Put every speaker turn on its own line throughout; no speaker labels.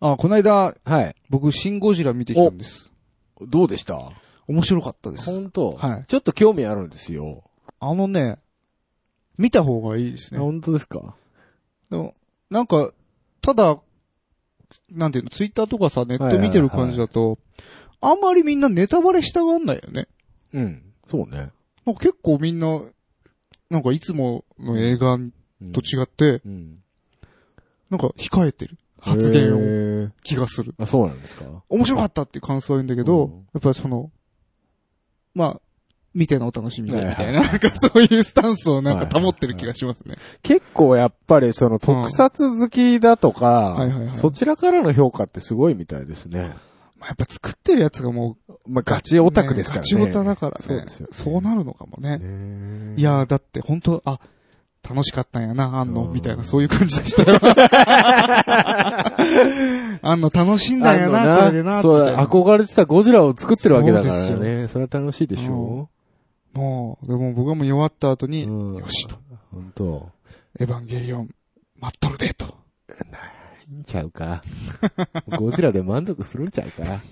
あ、この間、
はい。
僕、シンゴジラ見てきたんです。
どうでした
面白かったです。
本当
はい
ちょっと興味あるんですよ。
あのね、見た方がいいですね。
本当ですか
でもなんか、ただ、なんていうの、ツイッターとかさ、ネット見てる感じだと、あんまりみんなネタバレしたがんないよね。
うん。そうね。
なんか結構みんな、なんかいつもの映画と違って、
うん。
なんか控えてる発言を
を。
気がする。
あ、そうなんですか
面白かったっていう感想はいいんだけど、
うん
やっぱりその、まあ、見てのお楽しみで
はいはい
みたいな、なんかそういうスタンスをなんか保ってる気がしますね。
結構やっぱりその特撮好きだとか、
うんはいはいはい
そちらからの評価ってすごいみたいですね。
まあ、やっぱ作ってるやつがもう、
まあ、ガチオタクですからね。
ガチオタだからね。
そ
そうう
ですよね
なるのかもね。
ね
い、やー、だって本当あ、楽しかったんやな、あんの、
うん
みたいな、そういう感じで したよ。あんの楽しんだんや
あの
な、これでな、
そう
みたい
だ、
な
憧れてたゴジラを作ってるわけだからね。
そ
そう
で
れは楽しいでしょ、
もう、でも僕はもう弱った後
う
に、
ん
よしと、。
本当
エヴァンゲリオン、待っとるで、と。
いいんちゃう か。ゴジラで満足するんちゃうか。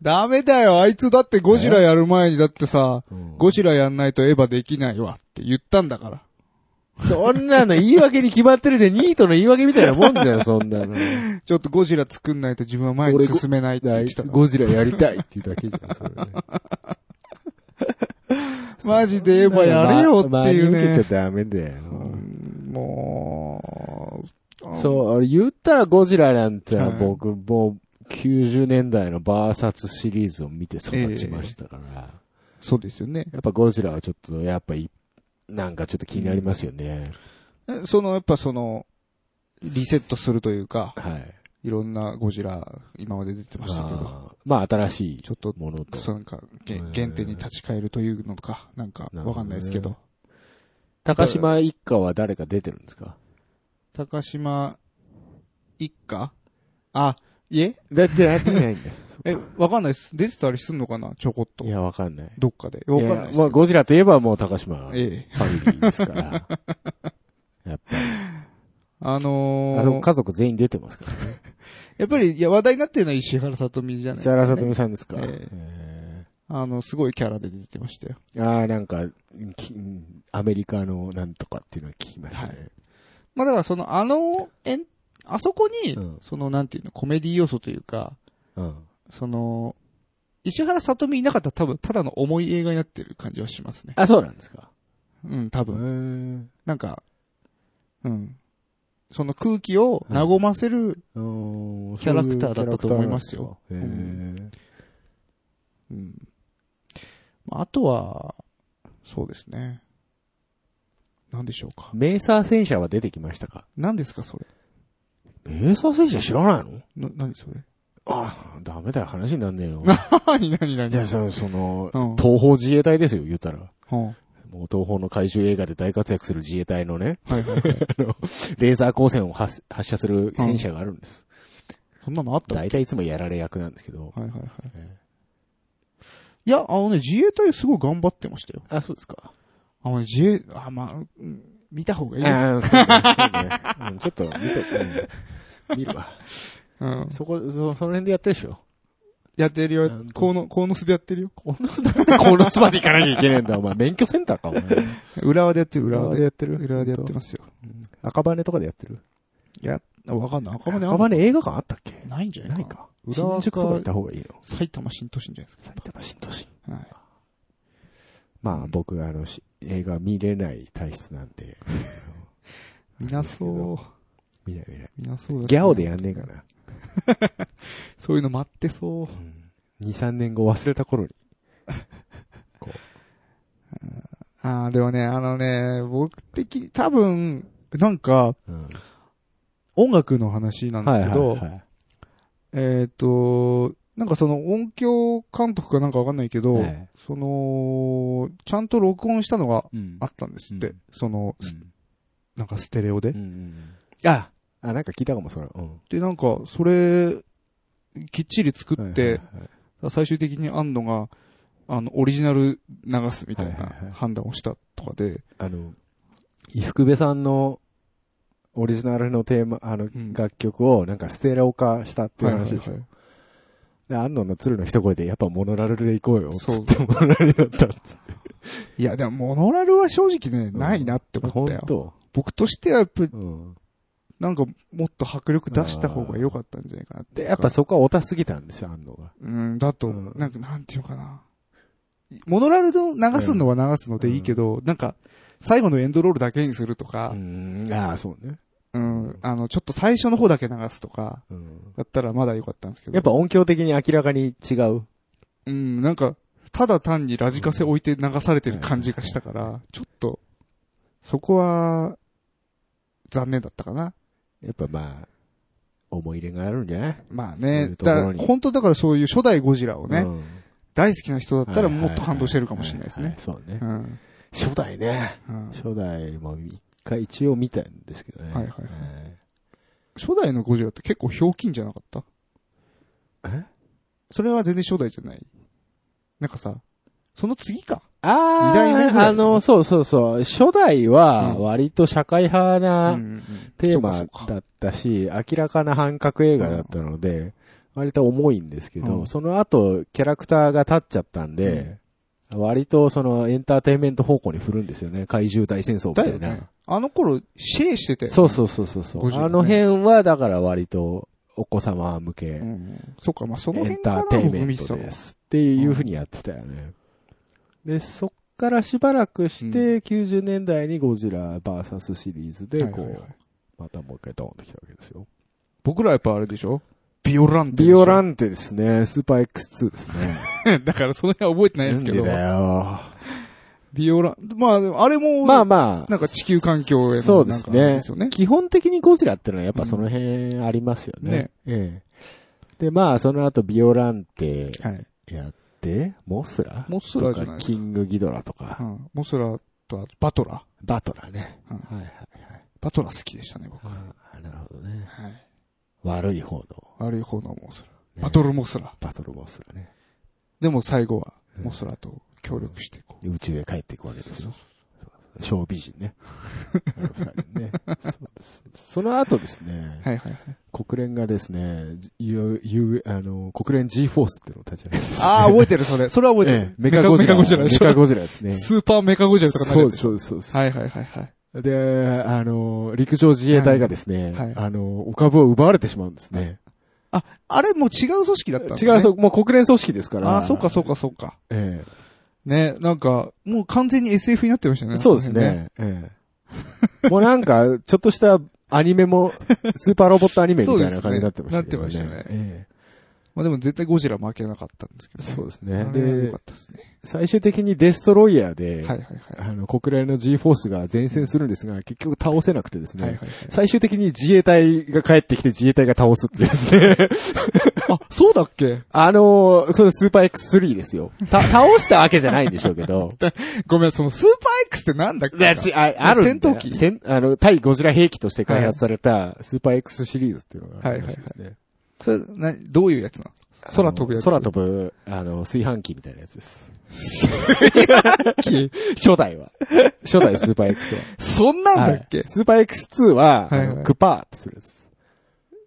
ダメだよ、あいつだってゴジラやる前にだってさ、
うん
ゴジラやんないとエヴァできないわって言ったんだから。
そんなの言い訳に決まってるじゃん。ニートの言い訳みたいなもんじゃん、そんな の。
ちょっとゴジラ作んないと自分は前に進めないって言ってたから。
ゴジラやりたいっていうだけじゃ ん、それね。
マジでエヴァやれよっていう
ま真に
ね
受け。ちゃダメだよ。
うんもう、
そう、俺言ったらゴジラなんて
はい
僕もう90年代のバーサスシリーズを見て育ちましたから、
そうですよね。
やっぱゴジラはちょっと、やっぱい、なんかちょっと気になりますよね。
その、やっぱその、リセットするというか、
はい。
いろんなゴジラ、今まで出てましたけど、
まあ、まあ新しい
ちょっと、
ものと。
そうなんか、げ
へー
原点に立ち返るというのか、なんか、
なるほどね
わかんないですけど。
高島一家は誰か出てるんですか
高島一家あ、いえ
だってやってないんだ
え、わかんないです。出てたりすんのかなちょこっと
い。や、わかんない。
どっかで。わかんない
や
ですけど。
まあ、ゴジラといえばもう高島ファミ
ええ。
リーですから。やっぱり。
あ
あそ
の
こ
ー、
家族全員出てますからね。
やっぱり、いや、話題になってるのは石原さとみじゃないですか、
石
ね。
原さとみさんですか。
ええあの、すごいキャラで出てましたよ。
えああ、なんか、きアメリカのなんとかっていうのは聞きましたね。
まあだからその、あの、えん、あそこに、
うん
その、なんていうの、コメディ要素というか、
うん。
その、石原さとみいなかったら多分、ただの重い映画になってる感じはしますね。
あ、そうなんですか。
うん、多分。
ん。
なんか、うん。その空気を和ませる、
キャ
キャラクターだったと思いますよ。
へえ。
うん。まああとは、そうですね。なんでしょうか。
メーサー戦車は出てきましたか
何ですか、それ。
メーサー戦車知らないの
な、何 それ。
ああ、ダメだよ、話になんねえよ。
何、何、何。
じゃあ、その、その
うん
東方自衛隊ですよ、言ったら。
うん。は
もう東方の怪獣映画で大活躍する自衛隊のね、
いはい はい。
レーザー光線を発発射する戦車があるんです。
そんなのあった
大体いつもやられ役なんですけど。
はいはいはい
え。
いや、あのね、自衛隊すごい頑張ってましたよ。
あ、そうですか。
あのね、自衛、あ、まあ、うん見た方がいいよ。
ああ、そうねそうね。うんちょっと見と、うん見るわ。
うん。
そこ、そ、その辺でやってるでしょ。
やってる
う
よ
ん。
コーノ、コーノスでやってるよ。
この巣だって、この巣まで行かなきゃいけねえんだ、お前。免許センターか、お前。
浦和でやってる、浦和で。
やってる
浦和でやってますよ。
赤羽とかでやってる
いや、わかんない。赤羽あん
赤
ま
羽映画館あったっけ
ないんじゃな
ないい
か。
か。
浦和か
新宿とか行った方がいいの。
埼玉新都心じゃないです
埼玉新都心。
か。はい。
まあ僕、あの、し映画見れない体質なんで。
みなそう。
見ない見ない。
みなそうだね
ギャオでやんねえかな。
そういうの待ってそう。
2、3年後忘れた頃に。こ
ああ、でもね、あのね、僕的に、多分、なんか、
う。うん。
音楽の話なんですけど、
はい
えっ、と、なんかその音響監督かなんかわかんないけど、
はい
その、ちゃんと録音したのが
うん
あったんですって。
うん
その、
う
す
ん
なんかステレオで。
うん。ああ、なんか聞いたかも、それ。うん。
で、なんか、それ、きっちり作って、
はいはいはい
最終的にあんのが、あの、オリジナル流すみたい
はいはいは
ない判断をしたとかで、
あの、伊福部さんの、オリジナルのテーマ、あの
ん、
楽曲をなんかステレオ化したっていう話でし
は
ょ。
いはいはい
で、安野の鶴の一声で、やっぱモノラルで行こうよ。
そう
つってモノラルだったっつって
いや、でも、モノラルは正直ね、
うん
ないなって思
本
ったよ。
当
僕としては、やっぱ、
うん。
なんか、もっと迫力出した方が良かったんじゃないかなって。
で、やっぱ、そこはオタすぎたんですよ、安野が。
うん、だと、
うん
なんか、なんていうのかな。モノラルを流すのは流すのでいいけど、なんか、最後のエンドロールだけにするとか
う、ん。ああ、そうね。
うん、あの、ちょっと最初の方だけ流すとか、
うん。
だったらまだ良かったんですけど。
やっぱ、音響的に明らかに違う。
うん、なんか、ただ単にラジカセ置いて流されてる感じがしたから、ちょっと、そこは、残念だったかな。
やっぱまあ、思い入れがあるんじゃない
まあ
そうい
ね
う。とこ
だか
ろに
ら、本当だからそういう初代ゴジラをね、
うん
大好きな人だったらもっと感動してるかもしれないですね。
はいはいはいはいそう
う
ね。
ん。
初代ね。
うん
初代も一回一応見たんですけどね。
はいはいはい初代のゴジラって結構ひょうきんじゃなかった
え
それは全然初代じゃない。なんかさ、その次か。
あ
二代目ぐらいかな
あ、あの、そうそうそう。初代は
うん
割と社会派
う
なんテー
そ
マ
うかそうか
だったし、明らかな半角映画だったので、割と重いんですけ
うん
ど、その後キャラクターが立っちゃったんで、割とそのエンターテインメント方向に振るんですよね。怪獣大戦争みた
だよ
い
ね
な。。
あの頃、シェイしてたよね。
そうそうそうそうそう。
50ね
あの辺はだから割とお子様向け
う
エ
ん。そっか、まあその
ン
辺か
タ
な
ーテイン
僕
メン
見
ト
てたの
ですっていうふうにやってたよね。で、そっからしばらくして90年代にゴジラ VS シリーズで、こ
はいはいうはい、
またもう一回ドーンときたわけですよ。
僕らやっぱあれでしょビオランテでし
ビ
ょ。
オランテですね。スーパー X2 ですね。
だからその辺は覚えてないですけど。
よ。
ビオラン、まあでも、あれも、
まあま
なんか地球環境へ
あ、
の
そ
なんか
うです
あれ
ね
ですよね。。
基本的にゴジラってのはやっぱその辺ありますよ
ね
ね。ええ。で、まあ、その後ビオランテ
はい。
やって、モスラ
モスラじゃな
と
い
か
ですか
キングギドラと
う
か、
ん。モスラとあとバトラ。
バトラね。
うん
はいはいはい。
バトラ好きでしたね、僕。
あなるほどね。
はい。
悪い方の。
悪い方のモスラ。
ね
バトルモスラ。
バトルモスラね。
でも最後は、
うん
モスラと協力してこ
宇宙へ帰っていくわけですよ。小美人ね。あの二人ねそうですその後ですね
う。、はいはいはい。
国連がですね、U、U、あの、国連 G フォースっていうのを立ち上げてですね
ああ、覚えてる、それ。それは覚 えて
え
る
え。メカゴジ
メカ
ラ。
ゴジラでし
メカ
ょ。
ゴジラですね。
スーパーメカゴジラとかな
そ
る
う
やつ
です
でしょ
そうですそうです
はいはいはいはい。
で、あの、陸上自衛隊がですね、
はいはい
あの、お株を奪われてしまうんですね。
あれもう違う組織だったんだね
違う、そうもう国連組織ですから。
ああ、そうかそうかそうか。
え
ね、なんか、もう完全に SF になってましたよ
え。
ね。
そうですね。ええ。もうなんか、ちょっとしたアニ メも、スーパーロボットアニメみたいな感じになってましたけど
そうですねなってました
え
まあでも絶対ゴジラ負けなかったんですけ
え
どね。
そうです
あ
ね。
れは良
で
かっ、たですね。
最終的にデストロイヤー
は
で、
いはいはい。
あの、国連の G フォースが前線するんですが、結局倒せなくてですね、
はいはいはい。
最終的に自衛隊が帰ってきて自衛隊が倒すってですね。
あ、そうだっけ
あのーそのスーパー X3 ですよ。た、倒したわけじゃないんでしょうけ ど。
ごめん、そのスーパー X ってなんだっけ
いや、ち、あ、あるんだ
戦
よ
闘機
戦あの、対ゴジラ兵器として開発されたスーパー X シリーズっていうのがあるらしですね。
それ、な、どういうやつなの空飛ぶやつ。
あの空飛ぶ、あの、炊飯器みたいなやつです。
ぶ。
初代は。初代スーパー X は。
そんなんだっけ、
はいスーパー X2 は、
はいはい
あのクパーってするやつです。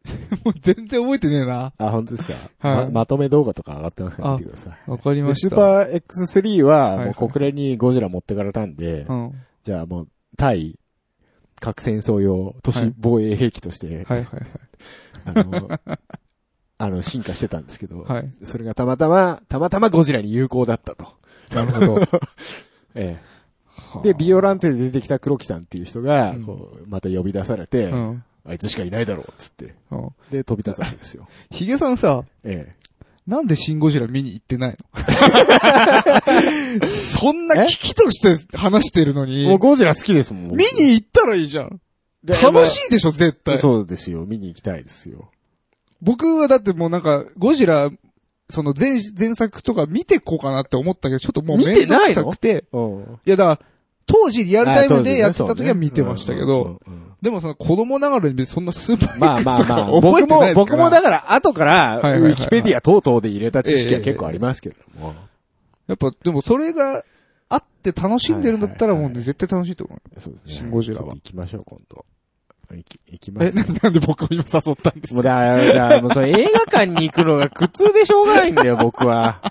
もう全然覚えてねえな。
あ、本当ですか、
はい
ま、まとめ動画とか上がってますから見てください。
わかりま
で
し
ス
た。
ーパー X3 は、
はい
もう国連にゴジラ持ってかれたんで、
うん。
じゃあもう、対、核戦争用、都
はい
市防衛兵器として、
はいはいはい。
あの、あの、進化してたんですけど、
はい。
それがたまたま、たまたまゴジラに有効だったと。
なる ほ
ええ。
ど
で、ビオランテで出てきた黒木さんっていう人が、
うん
こうまた呼び出されて、
うん。
あいつしかいないだろう、つって。
うん。
で、飛び出すわけですよ。
ヒゲさんさ、
え
なんでシンゴジラ見に行ってないの そんな危機として話してるの
え。
に
もう、ゴジラ好きですもん。
見に行ったらいいじゃん。楽しいでしょ、絶対。
そうですよ。見に行きたいですよ。
僕はだってもうなんか、ゴジラ、その前、前作とか見てこうかなって思ったけど、ちょっともう
見て
めんど
ない
くさ
の
くて、
うん。
いやだから、当時リアルタイム
あ
でやってた時は見てましたけど、、
当時ねそうねうんうんうん
でもその子供ながらに 別にそんなスーパ
ま
ー
あ
X
ま
と
あ
か
まあ、
覚えて
僕
な
も、
いです
僕
から
もだから、後から、ウ
はいはいはい
ィキペディア等々で入れた知識は結構ありますけども。
やっぱでもそれがあって楽しんでるんだったらもう
はいはいは
ね、絶対楽しいと思う。
そうです
シンゴジラは
ちょっと行きましょう、今度。行き、行きま
え、
す
ななんで僕を今誘ったんです
もう
か
だ、だ、もうそれ映画館に行くのが苦痛でしょうがないんだよ、僕は。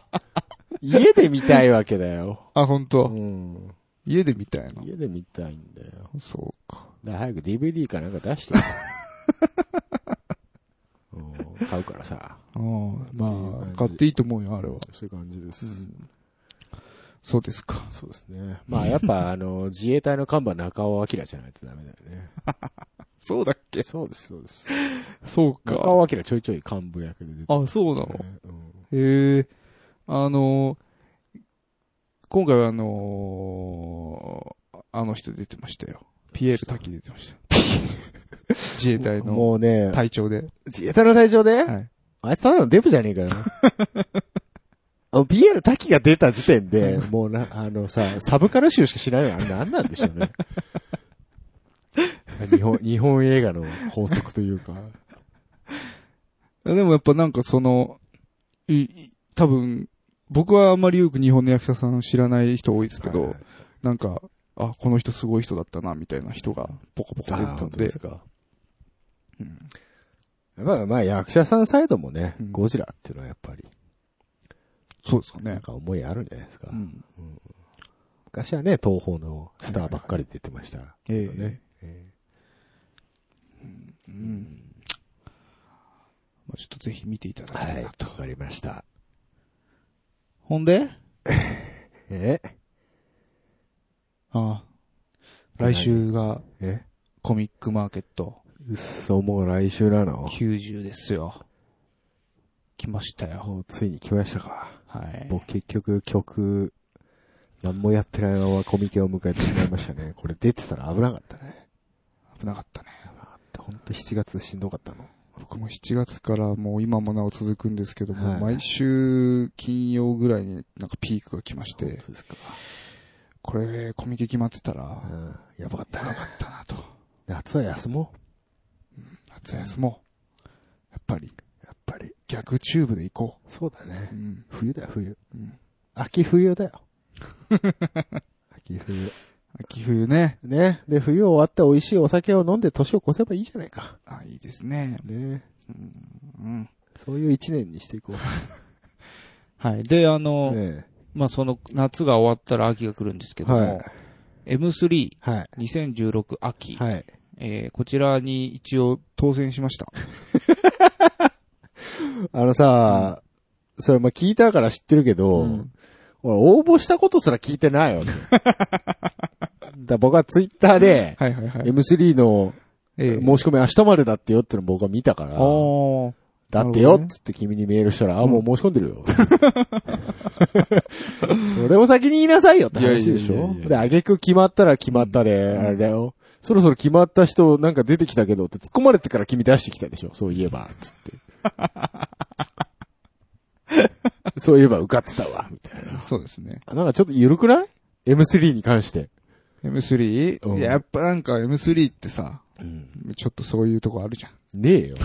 家で見たいわけだよ。
あ、本
う
当。
ん。
家で見たいな。
家で見たいんだよ。
そうか。
だから早く DVD かなんか出して ようん買うからさ。
うん。
っていう
ま
感
あ、
じ
買っていいと思うよ、あれは。
そういう感じです。
そうですか。
そうですね。まあやっぱあの、 自衛隊の看板中尾明じゃないとダメだよね。
そうだっけ
そうです、そうです。
そう
中
か。
尾明ちょいちょい幹部役で出て
あ、そうなの
る、ね。うん
へえ。あのー今回はあのーあの人出てましたよ。ピエール滝出てま した。自衛隊の
もうね、
隊長で。
自衛隊の隊長で、
はい。
あいつただのデブじゃねえ かよ。あの BL 滝が出た時点で、もうな、あのさ、サブカル集しか知らないのあれなんなんでしょう ね。日本、日本映画の法則というか。
でもやっぱなんかその、いい多分、僕はあんまりよく日本の役者さん知らない人多いですけど、
はい
なんか、あ、この人すごい人だったな、みたいな人がポコポコ出てたん
本当
で
で。すか。
うん
まあまあ役者さんサイドもね、
うん
ゴジラっていうのはやっぱり、
そうですか
なん
ね。
か思いあるんじゃないですか。
うん。
昔はね、東宝のスターばっかり出てました。
ええ
ね
うん。まあ、ちょっとぜひ見ていただきたいなと。
わかりました。
ほんで
え
ああ来週が
え
コミックマーケット
嘘、もう来週なの
90ですよ。来ましたよ。
もうついに来ましたか。
はい。
僕結局曲、何もやってないままコミケを迎えてしまいましたね。これ出てたら危なかったね。
危なかったね。
危なかった。ほんと7月しんどかったの。
僕も7月からもう今もなお続くんですけども、
はい
毎週金曜ぐらいになんかピークが来まし
本
て、
当ですか。
これコミケ決まってたら
う、ん。やばかった
やば
ね。
かったなと。
夏は休もう。
夏休もう。やっぱり
やっぱり。
逆チューブで行こ
そうだ
う。う
ね。
ん。
冬だよ、冬。
うん。
秋冬 だよ。秋冬。
秋冬ね。
ね。で、冬終わって美味しいお酒を飲んで年を越せばいいじゃないか。
あ、いいですね。
ね。
うん。
そういう一年にしていこう。
はい。で、あの、
ね
まあ、その夏が終わったら秋が来るんですけども、
は
M3
はい。
2016秋、
はい。
えー、こちらに一応当選しました。
あのさ、それまあ聞いたから知ってるけど、
うん
俺応募したことすら聞いてない わけ。だから僕はツイッターで、
はいはいはい。
M3 の
え
申し
ー
込み明日までだってよっての僕は見たか
あ
ら、だって
なるほど
よ
ね
っつって君にメールしたら、あ、もう申し込んでるよ。 それを先に言いなさいよって話でし
いやいやいや
ょ
いや
で、あげく決まったら決まったで、あれだよ。そろそろ決まった人なんか出てきたけどって突っ込まれてから君出してきたでしょそういえば、つって。そういえば受かってたわ、みたい
あ、そうですね。
な。なんかちょっと緩くない ?M3 に関して。
M3?
うん
いややっぱなんか M3 ってさ、ちょっとそういうとこあるじゃん。
ねえ よ。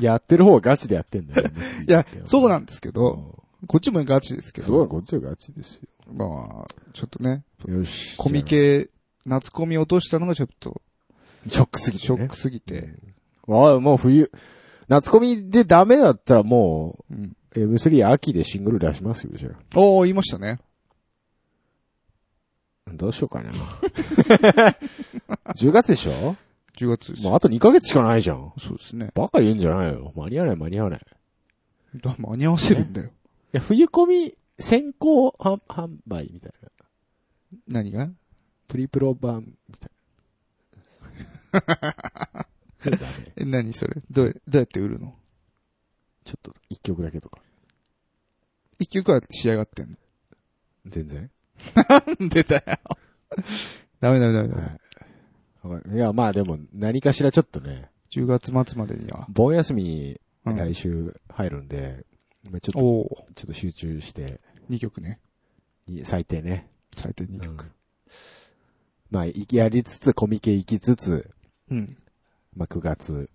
やってる方はガチでやってんだよ。
いや、そうなんんですけど、こっちもガチですけ
すごい、
ど、
こっちはガチですよ。
まあ、ちょっとね、
よし。
コミ。ケ、夏コミ落としたのがちょっと
ショックすぎて、ね。
ショックすぎて、
ああ、もう冬。夏コミでダメだったらも
うん。
う、M3 秋でシングル出しますよ、じゃ
おー、言いましたね。
あ。どうしようかな。10月でしょ
10月です
もうあと2ヶ月しかないじゃん。
そうですね。
バカ言うんじゃないよ。間に合わない、間に合わない。い
だ間に合わせるんだよ。
や、冬コミ先行販販売みたいな。
何が
プリプロ版みたいな。ダメ
え、何それどう、どうやって売るの
ちょっと、1曲だけとか。
一曲は仕上がってん
全然。
の。 出たよ。ダメダメダメダメ。
はいわかる。いや、まあでも、何かしらちょっとね、
10月末までには。
盆休み
うん
来週入るんで、まあちょっ
おお
と、ちょっと集中して、
2曲ね。
に最低ね。
最低2曲。
うんまあ、いやりつつ、コミケ行きつつ、
うん。
まあ、9月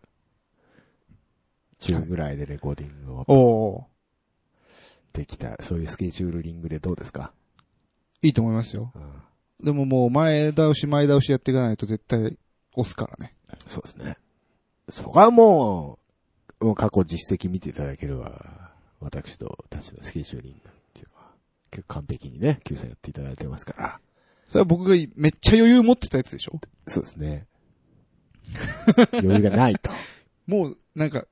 中ぐらいでレコーディングを
おお
できた、そういうスケジューリングでどうですか、
いいと思いますよ。
うん
でももう前倒し前倒しやっていかないと絶対押すからね。
そうですね。そこはもう、もう過去実績見ていただければ、私とたちのスケジューリングっていうのは、結構完璧にね、救済やっていただいてます から。
それは僕がめっちゃ余裕持ってたやつでしょ
そうですね。余裕がないと。
もう、なんか、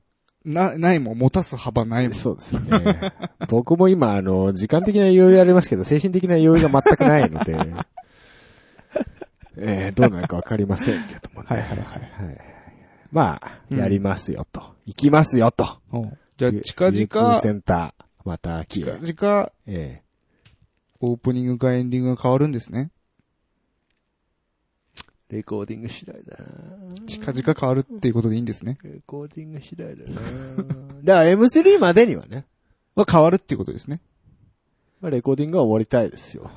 な、ないもん、持たす幅ないもん。
そうですね。 僕も今、あの、時間的な余裕ありますけど、精神的な余裕が全くないので、 えーどうなるかわかりませんけどもね。
はいはいはい
まあ、やりますよと。行きますよと。
うんじゃあ、近
流通
々、
センター、また秋へ。
近々、
え
オープニングかエンディングが変わるんですね。
えレコーディング次第だな
近々変わるっていうことでいいんですね。
レコーディング次第だな だから M3 までにはね、
は変わるっていうことですね。
まあレコーディングは終わりたいです よ。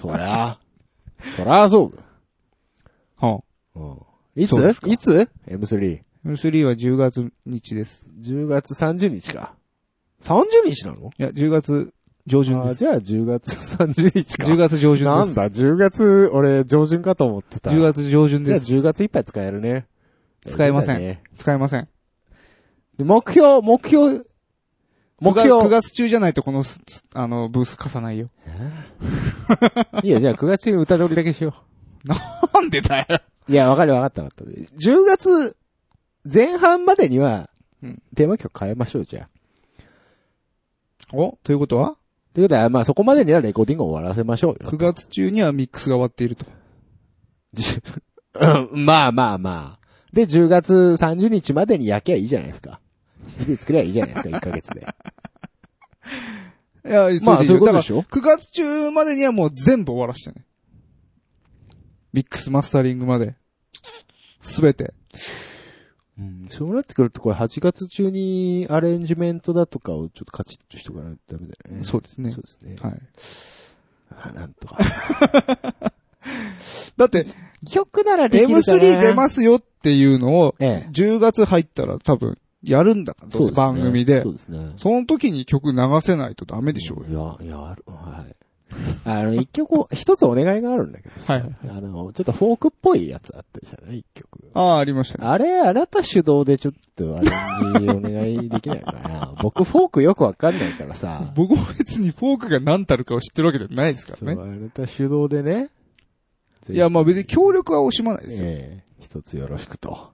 そりゃ、そりゃそうだ。
は
うんいつ
そうですか
いつ ?M3。
あ、M3 は10月日です。
10月30日か。30日なの
いや、10月上旬
あ
で
ー
す。
じゃあ10月30日か。
10月上旬です。
なんだ、10月、俺、上旬かと思ってた。
10月上旬
じゃ
で
あ
す。
10月いっぱい使えるね。
使えません
だね
使えません。
で目標、目標、目標。
9月中じゃないとこのす、すあの、ブース貸さないよ。
いいよ、じゃあ9月中に歌取りだけしよ
なんでだよ。
う。いや、わかるわかったわかった。10月前半までには
うん、
テーマ曲変えましょう、じゃあ。
おということは
ということは、まあそこまでにはレコーディングを終わらせましょうよ
?9。月中にはミックスが終わっていると。
うん まあまあまあ。で、10月30日までに焼けばいいじゃないですか。CD 作ればいいじゃないですか、1ヶ月で。
いや、
まあそういうことで
ょ。
しょ
9月中までにはもう全部終わらしてね。ミックスマスタリングまで。すべて。
うん、そうなってくると、これ8月中にアレンジメントだとかをちょっとカチッとしとかないとダメだよね。
そうですね
そうですね。
はい。
あなんとか。
だって、
曲なら
M3 出ますよっていうのを、
ええ。
10月入ったら多分、やるんだから、どうせ番組で
そ。うですね。
その時に曲流せないとダメでしょうよ。
よ。いや、やる。はい。あの、一曲、一つお願いがあるんだけどさ。
はいはい
あの、ちょっとフォークっぽいやつあったじゃない一曲。
ああ、ありましたね。
あれ、あなた主導でちょっとアレンジお願いできないかな。 僕、フォークよくわかんないからさ。
僕も別にフォークが何たるかを知ってるわけじゃないですか
そう、
ら
あ
ね。
なた主導でね。
いや、まあ別に協力は惜しまないですよ。
ええ一つよろしくと。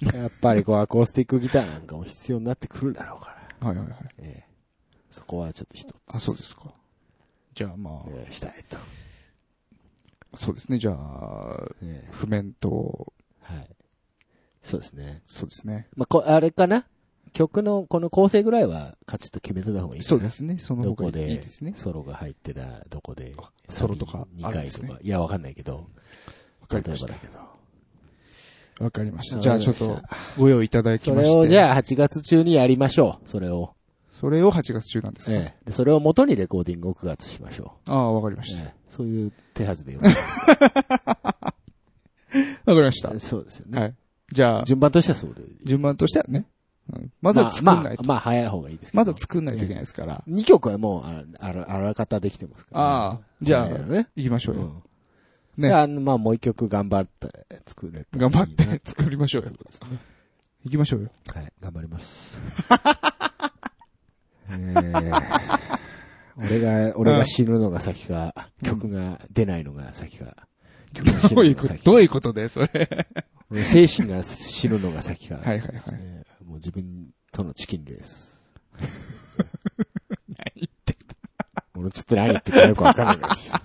やっぱりこう、アコースティックギターなんかも必要になってくるだろうから。
はいはいはい。
ええそこはちょっと一つ。
あ、そうですか。じゃあま
ええしたいと。
あ、そうですね。じゃあ、
ええ
譜面と、
はい。そうですね。
そうですね。
まあ、こ、あれかな曲のこの構成ぐらいはカチッと決めてた方がいいかな
そうで。すね。その
ど
方
こ
が
で、
いいですね。
ソロが入ってた、どこで
あ、ソロとか
2
あるん
回
です
と
ね
か、いや、わかんないけど、
わかりまし
例
た
えば。だけど
わかりました。
わ
じゃ
か
あ
り
ちょ
ま
っ
した
とご用意いただき
そ
まして。
れをじゃあ8月中にやりましょう、それを。
それを8月中なんですか、
ええ。でそれを元にレコーディングを9月しましょ
ああ、わかりま
う。
した。わ、
ええそういう手はずでよろしい
かりました
で。すそうですよね。
はい。じゃあ、
順番としてはそうで。
順番としてはね。うんまずは作んないと。
まあ、まあ、まあ早い方がいいですけど。
まずは作んないといけないですから。
2曲はもうああら、あらかたできてますから、
ああ、じゃあ
これ、ね。
行きまし
う
ょうよ。
ん。
ね
ね。あの、まあ、もう一曲頑張って作れたら
頑
いいな
張って作りましょうよ。行きましょうよ。
はい、頑張ります。 えー俺が、俺が死ぬのが先か、曲が出ないのが先か、曲が死
どうい
ぬの
う
が
こと、
先
どう
か
いうことで、それ。
俺精神が死ぬのが先か、
はいはいはい。
えーもう自分とのチキンレ ース。
何言って
俺ちょっと何言ってるかよくわかんないからさ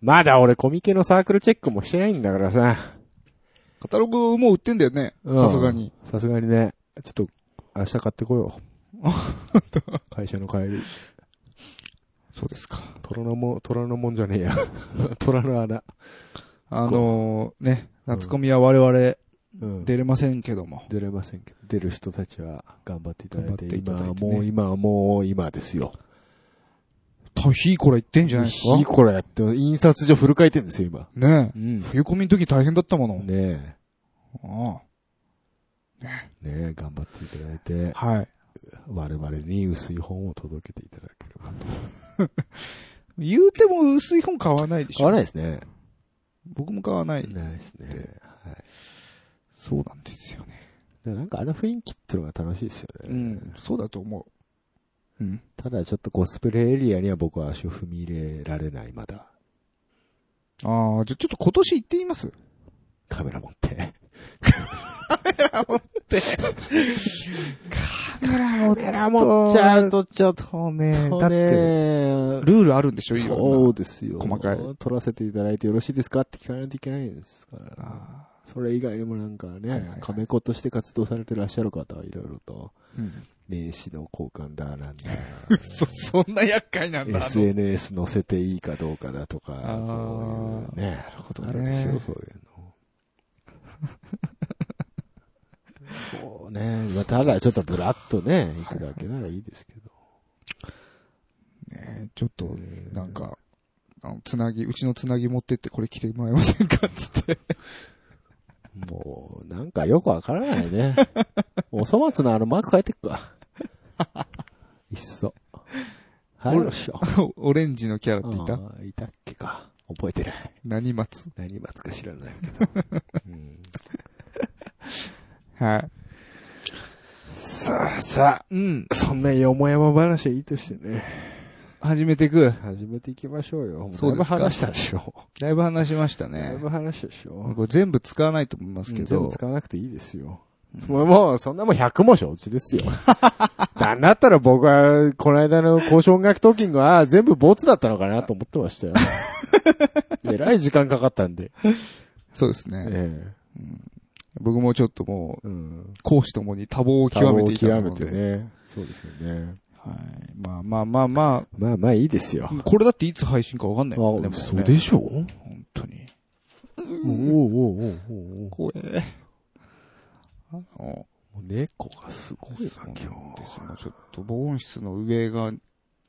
まだ俺コミケのサークルチェックもしてないんだからさ。
カタログもう売ってんだよね。
うん
さすがに。
さすがにね、ちょっと明日買ってこよう。 会社の帰り。
そうですか。
虎のもん、虎のもんじゃねえや。 虎の穴。
あのー、ね、夏コミは我々
うん。
出れませんけども。
出れませんけど、出る人たちは頑張っていただい
頑
て、
張っていた
今
だいてね
はもう今はもう今ですよ。
たひーこら言ってんじゃないです
いいこれやって、印刷所フル回転ですよ、今。
か。ねえ。
うん。ね
冬コミの時大変だったもの。
え。
あ
ねえ、頑張っていただいて
あ、はい。
我々に薄い本を届けていただければと。
言うても薄い本買わないでしょ。
買わないですね。
僕も買わない。
ないですね。はい。
そうなんですよね。
でもなんかあの雰囲気ってのが楽しいですよね。
うん。そうだと思う。うん。
ただちょっとコスプレエリアには僕は足を踏み入れられない、まだ。
ああ、じゃあちょっと今年行ってみます
カメラ持って。
カメラ持っ
とちゃう
とね、
と
だって、
ね。
ルールあるんでしょ、いろ
そ
ん
うですよ。
細かい
撮らせていただいてよろしいですかって聞かないといけないですから。
な。
それ以外にもなんか
はいはいは
ね
い、
カメコとして活動されてらっしゃる方はいろいろと、
うん。
名刺の交換だなんだ、
そ、そんな厄介なんだ。あの
SNS 載せていいかどうかだとか、
あー
こういうね。なるほ
ど
あ
ね
るでしょ、そういうの。そうね。まあ、ただちょっとブラッとね、行くだけならいいですけど。
ねちょっと、なんか、あの、つなぎ、うちのつなぎ持ってってこれ着てもらえませんかつって。
もう、なんかよくわからないね。お粗末なあのマーク変えてっか。いっそ。はい、よっしょ。
オレンジのキャラっていた
あーいたっけか。覚えてない。
何松
何待つか知らないけど。うん
はい。
さあさ
うん。
あ、そんなよもやま話はいいとしてね。
始めていく。
始めていきましょうよ。
そ
そうう
で
です
か
話したでしょ。
だいぶ話しました
だい
ね。
ぶ話したでしょ
こ。れ全部使わないと思いますけ
全部
ど。
使わなくていいですよ。もう、もうそんなもん100も承 知ですよ。なんだったら僕は、この間の交渉音楽トーキングは全部ボツだったのかなと思ってまし たよ。えらい時間かかったんで。
そうですね。
え
僕もちょっともう、
え。うん。
講師ともに多忙を極めていた
多忙を
の
極めて
で。
ね。そうですよね。
はい。まあまあまあま
まあまあいいですよ
あ、。これだっていつ配信かわかんないもんね。もうね
しょう
本当に。
おうおうおうおうおう
怖え。あの、
猫がすごいな、
そう
今
なんですよちょっと防音室の上が、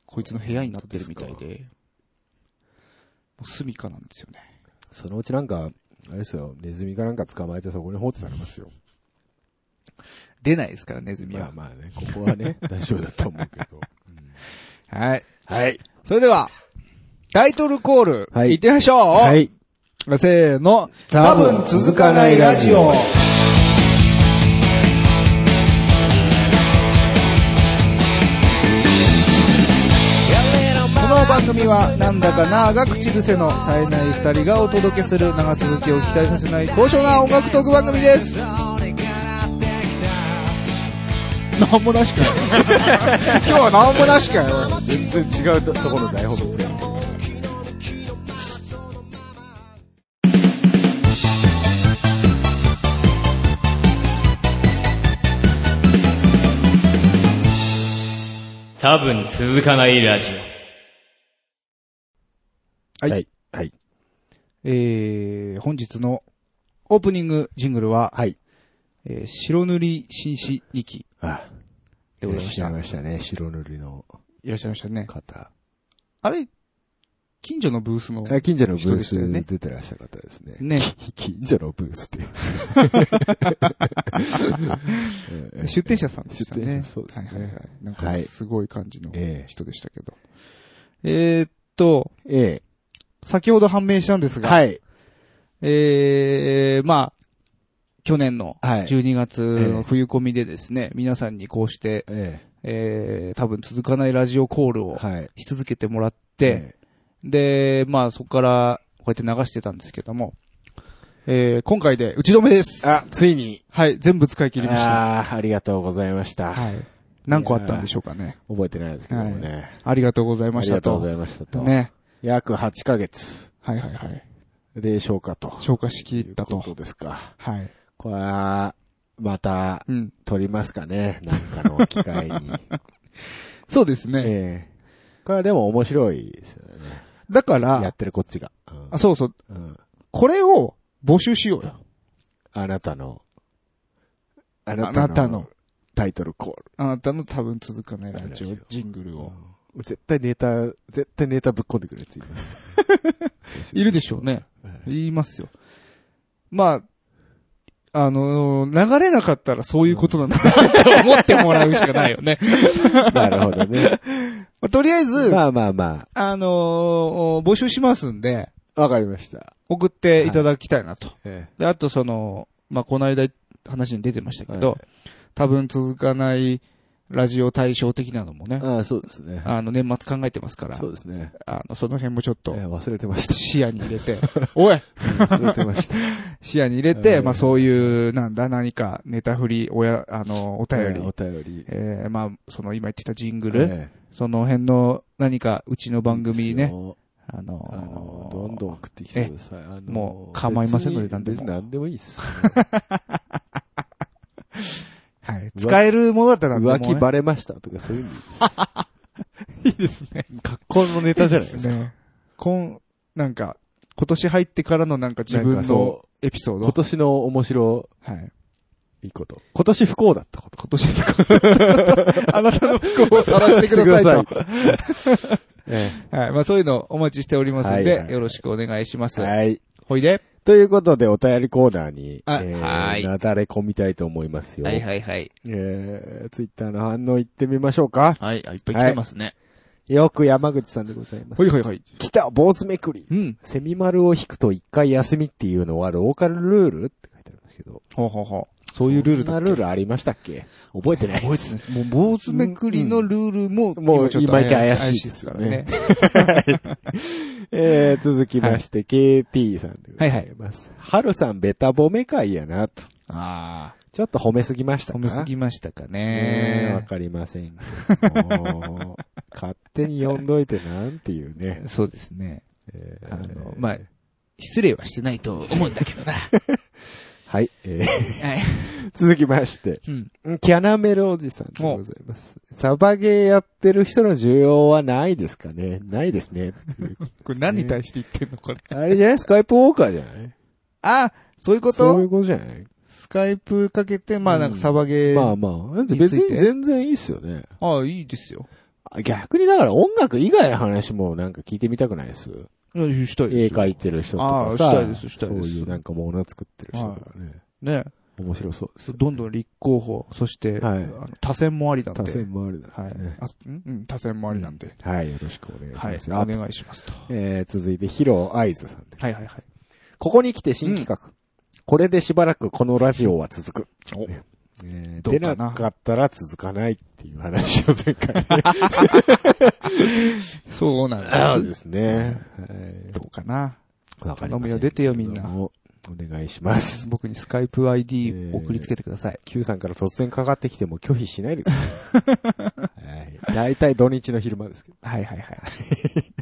こいつの部屋になってるみたいで、もう住みかなんですよね。
そのうちなんか、あれですよ、ネズミかなんか捕まえてそこに放置されますよ。
出ないですから、ネズミ
まあ
は。
まあね、ここは ね、大丈夫だと思うけど。
はい。
はい。
それでは、タイトルコール、
はい
い、ってみましょう、
はい。
せーの、
多
多
分
分
続
続
か
か
な
ないい
ラ
ラ
ジ
ジ
オ
オ。この番組は、なんだかなあが口癖の冴えない二人がお届けする長続きを期待させない高尚な音楽トーク番組です。なんもなしかよ。今日はなんもなしかよ。
全然違うところの台本ですよ。
多分続かないラジオ。
はい
はい。はい。
えー、本日のオープニングジングルは、
はい。
えー白塗り紳士2期
あ、
でございまし
い
た。
らっしゃいましたね、白塗りの
いらっしゃいましたね。
方。
あれ、近所のブースの、
あ近所のブ
人
ー
でしたよ
ス
ね
出てらっしゃる方ですね。
ね、
近所のブースっていう。え え
出店者さんでした
出店
ね。
者そうですね
はいはいはい。なん
は
か、
い
すごい感じの
ええ
人でしたけど。えーっと、
え
先ほど判明したんです
え。
が、
はい。
えー、まあ、去年の
はい。
12月の冬込みでですね、皆さんにこうして、
え
えー、多分続かないラジオコール
え。
を
はい。
し続けてもらって、で、まあそこからこうやって流してたんですけども、えー、今回で打ち止めです。
あ、ついに。
はい、全部使い切りました。
ああー、ありがとうございました。
はい。何個あったんでしょうかね。
覚えてないですけどもね。
ありがとうござい
あ
まし
り
た
がとう
と。
ございましたと。
ね。
約8ヶ月
はいはいはい。
で消化と。
消化しきった
いう
と。
ことですか。
はい。
これは、また、
うん。
撮りますかね。なんかの機会 に。
そうですね。
ええ。これはでも面白いですよね。
だか
や
ら、
ってるこっちが。うん
あ、そうそう。
うん
これを募集しようよ。
あなたの、あ
あなたの、
タイトルコール。
あなたの多分続かないラジ
ラ
オ
ジオ、
ジングルを。
絶対ネタ、絶対ネタぶっこんでくるやついますよ。
いるでしょうね。
はい
言いますよ。まあ、あのー流れなかったらそういうことなんだなって思ってもらうしかないよね。
なるほどね。
まあとりあえず、
まあまあまあ。
あのー募集しますんで、
わかりました。
送っていただきたいなと。
え
で、あとその、まあ、この間話に出てましたけど、
はい
多分続かないラジオ対象的なのもね、
ああ、そうですね。
あの、年末考えてますから
そ、うですね。
あの、その辺もちょっ
え
と
え忘れてました。
視野に入れて、 おい
忘れてました。
視野に入れて、
ええ
まあ、そういう、なんだ、何か、ネタ振り、おや、あの、お便り、
お便り。
えーまあ、その今言ってたジングル、
ええ
その辺の何かうちの番組
いいです
ね、
よ
あの
あの、どんどん送ってきてください。あの
もう構いませんので
別に
何でも
別に何でもいいっす。
はい、使えるものだったら
浮気
ば
バレましたとかそういうのいい で
い
す。
いですね。
格好のネタじゃないですか。
ね。 こん、なんか、今年入ってからのなんか自
な
分
んかそ
のエピソード。
今年の面白
はい。
いこと。今年不幸だったこと。
今年のあなたの服を晒してく ださいと。
え
はい。まあそういうのお待ちしておりますん
はい
で
は、い
よろしくお願いします
え。はい。
ほいで。
ということで、お便りコーナーに、え
あ
ー
はい
なだれ込みたいと思いますよ。
はいはい。
えー、ツイッターの反応行ってみましょうか。
はい。いっぱ
い来てます
ね。
よく山口さんでございます。
ほいほいほい。
来た坊主めくり
うん。
セミ丸を引くと一回休みっていうのはローカルルールって書いてありますけど。
ほうほうほう。そういうルールだ
そ
っ
ん
け
なルールありましたっけ覚えてない。
覚えてないです。もう、坊主めくりのルールも、
もう
ちょっと
いまいち怪しい
ですからね。
えー、続きまして、KT さんでございます。はるさんベタ褒め会やなと。
あ
ちょっと褒めすぎました
あ。
か
褒めすぎましたか
ねえわ
ね。
かりませんけど も。勝手に呼んどいてなんていうね。
そうですね。
えー
あの、まあ、失礼はしてないと思うんだけどな。は
はい、えー
い。
続きまして、
うん。
キャナメルおじさんでございます。サバゲーやってる人の需要はないですかねないです ね。
これ何に対して言ってんのこれ。
あれじゃないスカイプウォーカーじゃない
あそういうこ
そうい
と
うことじゃない
スカイプかけて、まあなんかサバゲ
ま
ー。
あまあ、別
について
に全然いいっすよね。
ああ、いいですよ。
逆にだから音楽以外の話もなんか聞いてみたくないです
うんしたい
絵
ですよ。
描いてる人と
ああ
かさ。
したいですしたいです
そういうなんかもの作ってる人とかね。
ね。
面白そうですよね。
どんどん立候補、そして、あ
はい
の多選もありなんで。
多選もあるだ
はい
ね。
あうんうん、多選もありなんで。
はい、よろしくお願いし
はい。
ます。
お願いしますと。
あとえー、続いて、ヒロアイズさんです。
はいはいはい。
ここに来て新企画。これでしばらくこのラジオは続く。
お
ねえー
どう
出
かな
なかったら続かないっていう話を 前回ね
そう
そ
な
うん
で。
ですすね。
どうかな。
はい。わかり
頼
ま
む
せ
よ、
ん
出てよ、みんな。
お願いします。
僕にスカイプ ID 送りつけてください。
Q さんから突然かかってきても拒否しないでください。はい。大体土日の昼間ですけど。
はいはいはい。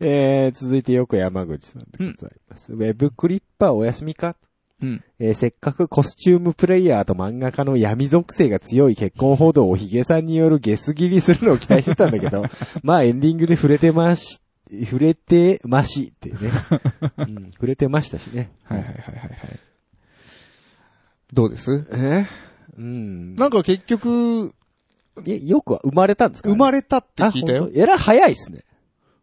えー、続いてよく山口さんでございます。ウェブクリッパーお休みか
うん。
えーせっかくコスチュームプレイヤーと漫画家の闇属性が強い結婚報道をヒゲさんによるゲス切りするのを期待してたんだ けど、まあエンディングで触れてまし、触れてましって ね。うん、触れてましたしね。
はいはいはいはいはい。どうです
えうん。
なんか結局、
え、よくは生まれたんですか
生まれたって聞いた
あ
よ
本。当えらい早いっすね。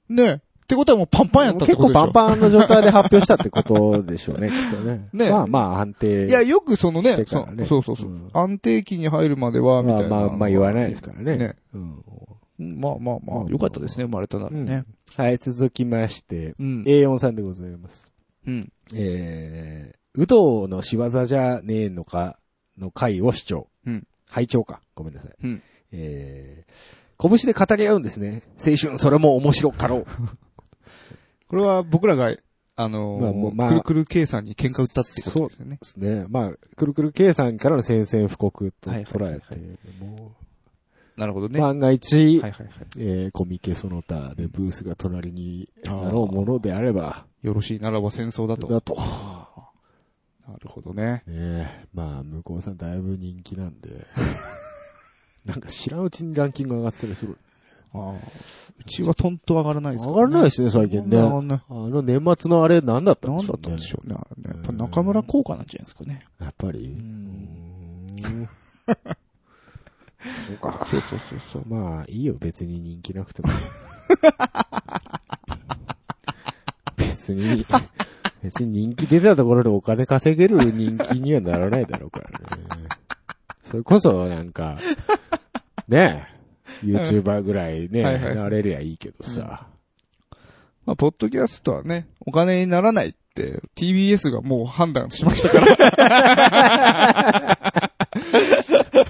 ねえ。ってことはもうパンパンやったってことでしょ
結構パンパンの状態で発表したってことでしょうね、きっとね。
ね
まあまあ安定。
いや、よくその
して
ね、
か
そ
らね
そうそうそう
うん。
安定期に入るまでは、み
ま
た
あ
いな。
まあまあ言わないですからね。
ね
うん
まあまあまあ、よかったですね、生まれたならね。
はい、続きまして、
うん。
A4 さんでございます。
うん。
えー、有働の仕業じゃねえのか、の回を主張。
うん。
拝聴か。ごめんなさい。
うん。
えー、拳で語り合うんですね。青春、それも面白かろう。
これは僕らが、あ
まあも
の
うま
ー、
あ
くるくる K さんに喧嘩売ったってことですよね。
です ね。まあ、くるくる K さんからの宣戦布告と
はいはい
捉
はいは
え
い
て、も
なるほど
う、
ね。はい
万が一、
はいはい。
えーコミケその他でブースが隣になろうものであれば、
よろしいならば戦争だと。
だと。
なるほどね。
ねえ、まあ、向こうさんだいぶ人気なんで。なんか知らんうちにランキング上がってたりする。
ああ。うちはトント上がらないです
上がらないですすね、最近ね。
上
あ
がらない。
の年末のあれ何だったん
何
でし
だ
ょ
っ
う
たん
ね
で。しょうね。あれねやっぱ中村効果なんじゃないですかね。
やっぱり。
う
うんーん
そうか。そうそうそうそう。
まあ、いいよ、別に人気な くても。別に、別に人気出たところでお金稼げる人気にはならないだろうからね。それこそ、なんか、ねえ、YouTuber ぐらいね、
はいはい
なれりゃいいけどさ、
まあ、ポッドキャストはね、お金にならないって、TBS がもう判断しました から。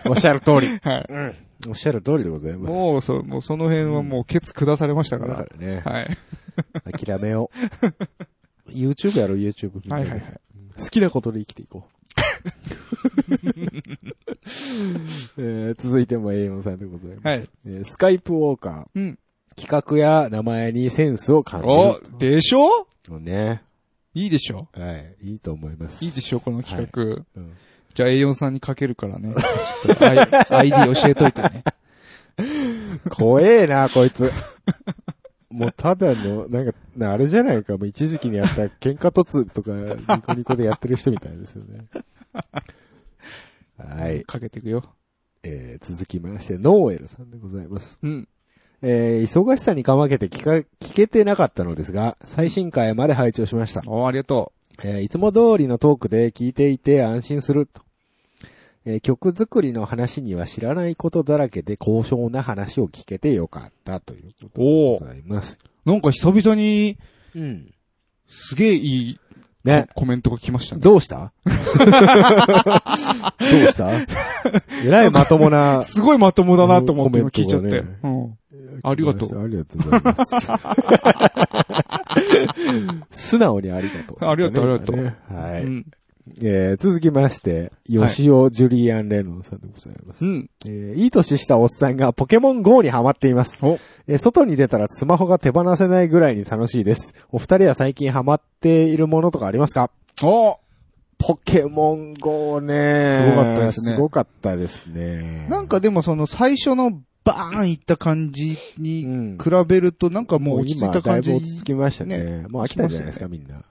おっしゃる通り。
はい。
うん。おっしゃる通りでございます。
もう、そ、もうその辺はもう、ケツ下されましたか。
だかららね、
はい。
諦めよ う。YouTube やろう、YouTube。
はいはいはい。
好きなことで生きていこう。えー続いても A4 さんでございます。
はい。
えースカイプウォーカ
う
ー。
ん
企画や名前にセンスを感じ
お
る。、
でしょ
ね。
いいでしょ
はい。いいと思います。
いいでしょこの企画。
うん
じゃあ A4 さんにかけるからね。 ちょっとアイ ID 教えといてね。
怖えな、こいつ。もうただの、なんか、なあれじゃないか、もう一時期にやった喧嘩突とか、ニコニコでやってる人みたいですよ ね。はい。
かけていくよ。
えー続きまして、ノーエルさんでございます。
うん。
えー忙しさにかまけて聞か、聞けてなかったのですが、最新回まで拝聴しました。
おありがと
えーいつも通りのトークで聞いていて安心すると。えー曲作りの話には知らないことだらけで高尚な話を聞けてよかったということでございます。
う。なんか久々に、
うん。
すげえいい
ね。
コメントが来ましたね。
どうしたどうしたえらいまとも な。
すごいまともだなと思って今聞いちゃっ
コメ
て。
ント
うん。ありがとう
ありがとうございます。 素直にありがとう。
ありがとうありがとう
ねは
う
い。
ん。
えー続きまして、吉尾ジュリーアン・レノンさんでございます
う。ん。
えーいい年したおっさんがポケモン GO にハマっています。
お
えー外に出たらスマホが手放せないぐらいに楽しいです。お二人は最近ハマっているものとかありますか
お
ポケモン GO ね。
すごかったですね
すごかったですね。
なんかでもその最初のバーンいった感じ
う
に
ん、
比べるとなんかもう落ち着いた感じ
もう今だいぶ。落ち着きましたね。
ね
もう飽きたんじゃないですか、みんな。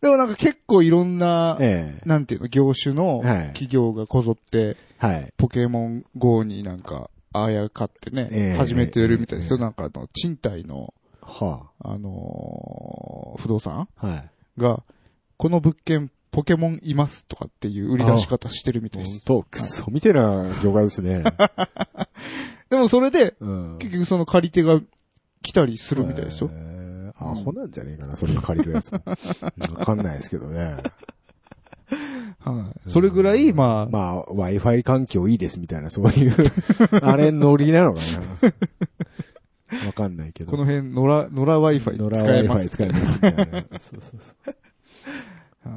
でもなんか結構いろんな、
ええ
なんていうの、業種の
はい
企業がこぞって、
はい。
ポケモン GO になんか、あやかって
え
ね、
え
始めてるみたいですよ。
ええ
なんかあの、賃貸の、
は
あのー不動産
あ、はい。
が、この物件、ポケモンいますとかっていう売り出し方してるみたい
本
です。
当クソみてえな業界で すね。
でもそれで、
うん。
結局その借り手が来たりするみたいですよ。
えーアホなんじゃねえかな、それを借りる やつも。わかんないですけどね。
はい。それぐらい、まあ、
まあ、Wi-Fi 環境いいですみたいな、そう いう、あれノリなのかな。わかんないけど。
この辺、野良、野良 Wi-Fi 使えま
ノラ Wi-Fi
す。
使えますみたいな。そうそうそう。
あ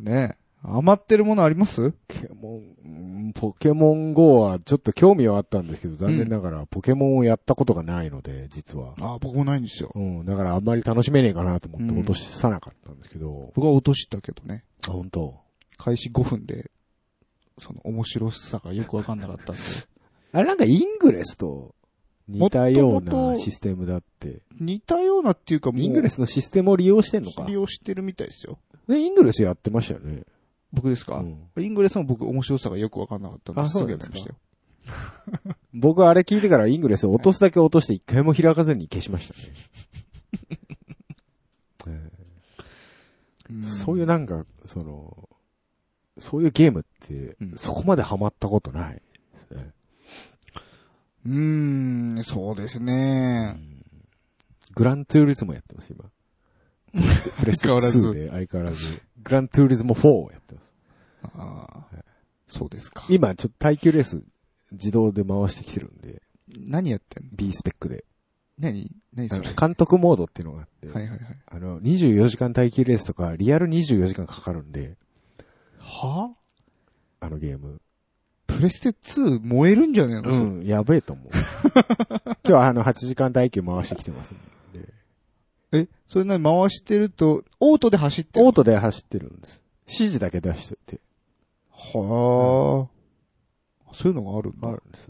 ーね余ってるものあります
ポケモンうん、ポケモン GO はちょっと興味はあったんですけど、残念ながらポケモンをやったことがないので、実は。
ああ、僕もないんですよ。
うん、だからあんまり楽しめねえかなと思って
うん
落としさなかったんですけど、
僕は落としたけどね。
あ本当
開始5分で、その面白さがよくわかんなかったんで。
あれなんかイングレスと似たよう
もとも
な
と
システムだって。
似たようなっていうかもう、
イングレスのシステムを利用してんのか
利。用してるみたいですよ。
ね、イングレスやってましたよね。
僕ですか、
うん
イングレスも僕面白さがよくわかんなかったんで、
あ
す
そう
ぐ
な
や
んで
め
すか
ましたよ。
僕あれ聞いてからイングレスを落とすだけ落として一回も開かずに消しましたね。
うん
そういうなんか、その、そういうゲームって
うん、
そこまでハマったことない。
うーん、そうですね。
グランツーリズムやってます、今。プレステ
相変わらず
2で相変わらず。グランツーリズム4をやってます。
あーそうですか。
今、ちょっと耐久レース自動で回してきてるんで、
何やってんの
B スペックで。
何何
あ
そ
の
れはい
監督モードっていうのがあって、
はいはい。
あの、24時間耐久レースとか、リアル24時間かかるんで、
は
あのゲーム。
プレステ2燃えるんじゃねえの、
う、ん、やべえと思う。 今日はあの、8時間耐久回してきてますんで。
え、それ何回してると、オートで走ってる
オートで走ってるんです。指示だけ出しといて。
はあ、そういうのがあるんだ。
んです。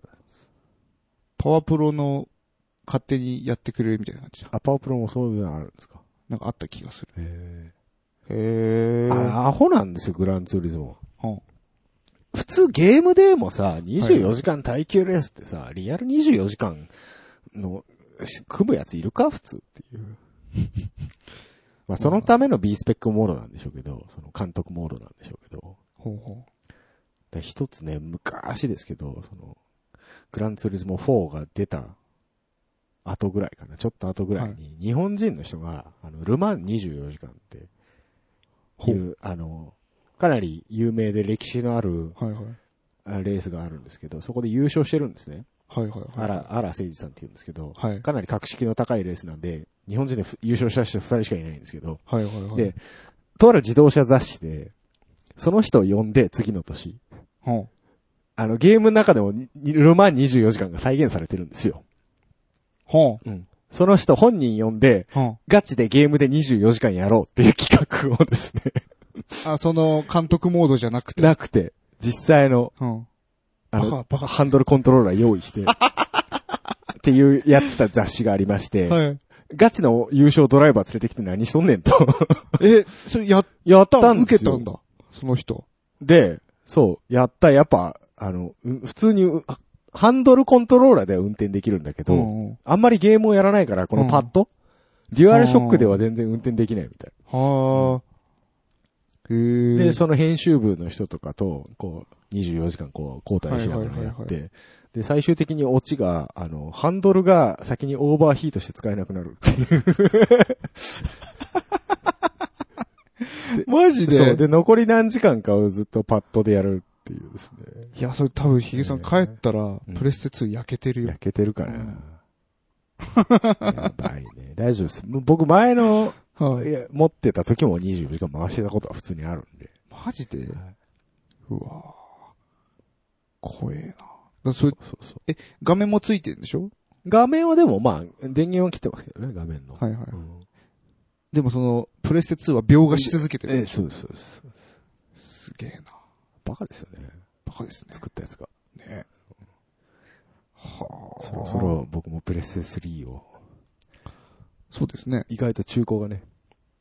パワープロの勝手にやってくれるみたいな感じだ。
アパオプロもそういうのあるんですか
なんかあった気がする。
へ
へ
え。あ、アホなんですよ、グランツーリズムは。
うん
普通ゲームでもさ、24時間耐久レースってさ、リアル24時間の、し組むやついるか普通って いう。まあ、そのための B スペックモードなんでしょうけど、その監督モードなんでしょうけど。
ほうほ
で一つね、昔ですけど、その、グランツーリズム4が出た後ぐらいかな、ちょっと後ぐらいに、日本人の人が、あの、ルマン24時間って、い
ほう。
う、あの、かなり有名で歴史のある
はいはい。
あレースがあるんですけど、そこで優勝してるんですね。
はいはいはい。
荒、荒誠二さんって言うんですけど、
はい。
かなり格式の高いレースなんで、日本人でふ優勝した人2人しかいないんですけど、
はいはいはい。
で、とある自動車雑誌で、その人を呼んで、次の年。
ほう。
あの、ゲームの中でもに、にルマン24時間が再現されてるんですよ。
ほう。
その人本人呼んで、
ほ
ガチでゲームで24時間やろうっていう企画をですね、
う。あ、その、監督モードじゃなくて。
なくて、実際の、
うん。
あ
バ
の
カ、バカ
ハンドルコントローラー用 意して、っていうやってた雑誌がありまして、
はい。
ガチの優勝ドライバー連れてきて何しとんねんと。
え、それやっ、
やったたんです
受
よ
けたんだ。その人。
で、そう、やった、やっぱ、あの、う普通に、うあハンドルコントローラーでは運転できるんだけど、
んん。
あんまりゲームをやらないから、このパッド、デュアルショックでは全然運転できないみたい
はあ。へえ。
な。で、その編集部の人とかと、こう、24時間こう、交代しながらや
は
っ
いはいはい
て、で、最終的にオチが、あの、ハンドルが先にオーバーヒートして使えなくなるって いう。
マジ
そう。で、残り何時間かをずっとパッドでやるっていうですね。
いや、それ多分ヒゲさん
え
帰
ー
ったら
ん、
プレステ2焼けてるよ
焼。けてるか
う。
なんやばいね。大丈夫です。僕前の、
はい
いや、持ってた時も24時間回してたことは普通にあるんで。
マジでうわ怖えな。だからそれ
そうそう。
画面もついてるんでしょ
画面はでもまあ、電源は切ってますけどね、画面の。
はいはい。
うん
でもその、プレステ2は描画し続けて
ええ、
る。
そうです、そうです。
すげえな。
バカですよね。
バカですね。
作ったやつが。
ね。はあ。
そろそ。ろ僕もプレステ3を。
そうですね。
意外と中古がね。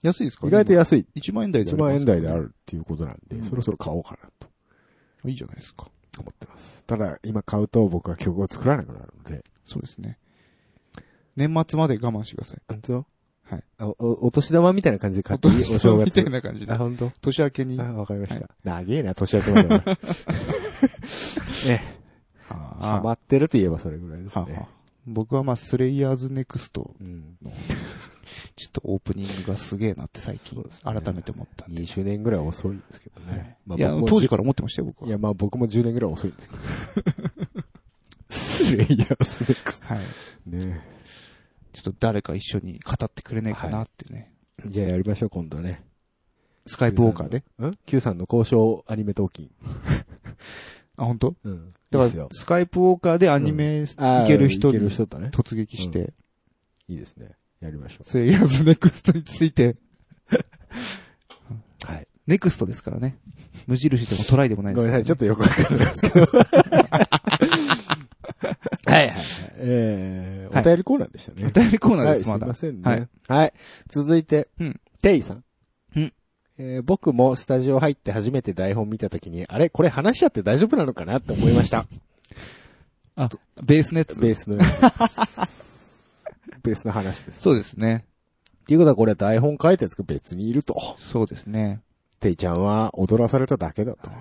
安いですか
意外と
今
安い。
1万円台で
1万円台であ
る。
るっていうことなんで、
うん
そろそろ買おうかなと
いいじゃないですか。
思ってます。ただ、今買うと僕は曲を作らなくなるので。
そうですね。年末まで我慢してください。
本当
はい。
あお、おお年玉みたいな感じで買
お
っていい
年
お正
玉みた
月
い。な感じで
あ、。本当
年明けに。
あ、わかりまし
は
た。長えな、年明けまで は。ね。ハマ
は
ってるといえばそれぐらいです
あは
ね
あ。僕はまあ、スレイヤーズネクスト
うん。
ちょっとオープニングがすげえなって最近、
ね
改めて思ったんで。
20年ぐらい遅いですけどね。まあ
いや
僕、も
当時から思ってましたよ、僕は。
いや、まあ僕も10年ぐらい遅いんですけど。スレイヤースレックス。
はい。
ね
ちょっと誰か一緒に語ってくれないかなってね。
じゃあやりましょう、今度ね。
スカイプウォーカーで。
ん ?Q さんの交渉アニメトーキン。
あ、本当？
うん。
だから、スカイプウォーカーでアニメ
あー
いける人
いけ
に
る人だね。
突撃して、
いいですね。やりましょ
スレイヤーズネクストについて、
う。はい。
ネクストですからね。無印でもトライでもないで
ご
す
め
からね
んなさい、ちょっとよくわかんないですけど。はい はいはい。えー、お便りコーナーでしたね。
お便りコーナー
は
です、
い、すい
まだ
ま。せんね。
は
はいい。続いて、
うん
テイさん。
うん
えー僕もスタジオ入って初めて台本見たときに、あれこれ話しちゃって大丈夫なのかなって思いま した。
あ、ベースのやつ。
ベースのやつ。 ベースの話です。
そうですね。
っていうことはこれは台本書いたやつが別にいると。
そうですね。
テイちゃんは踊らされただけだと。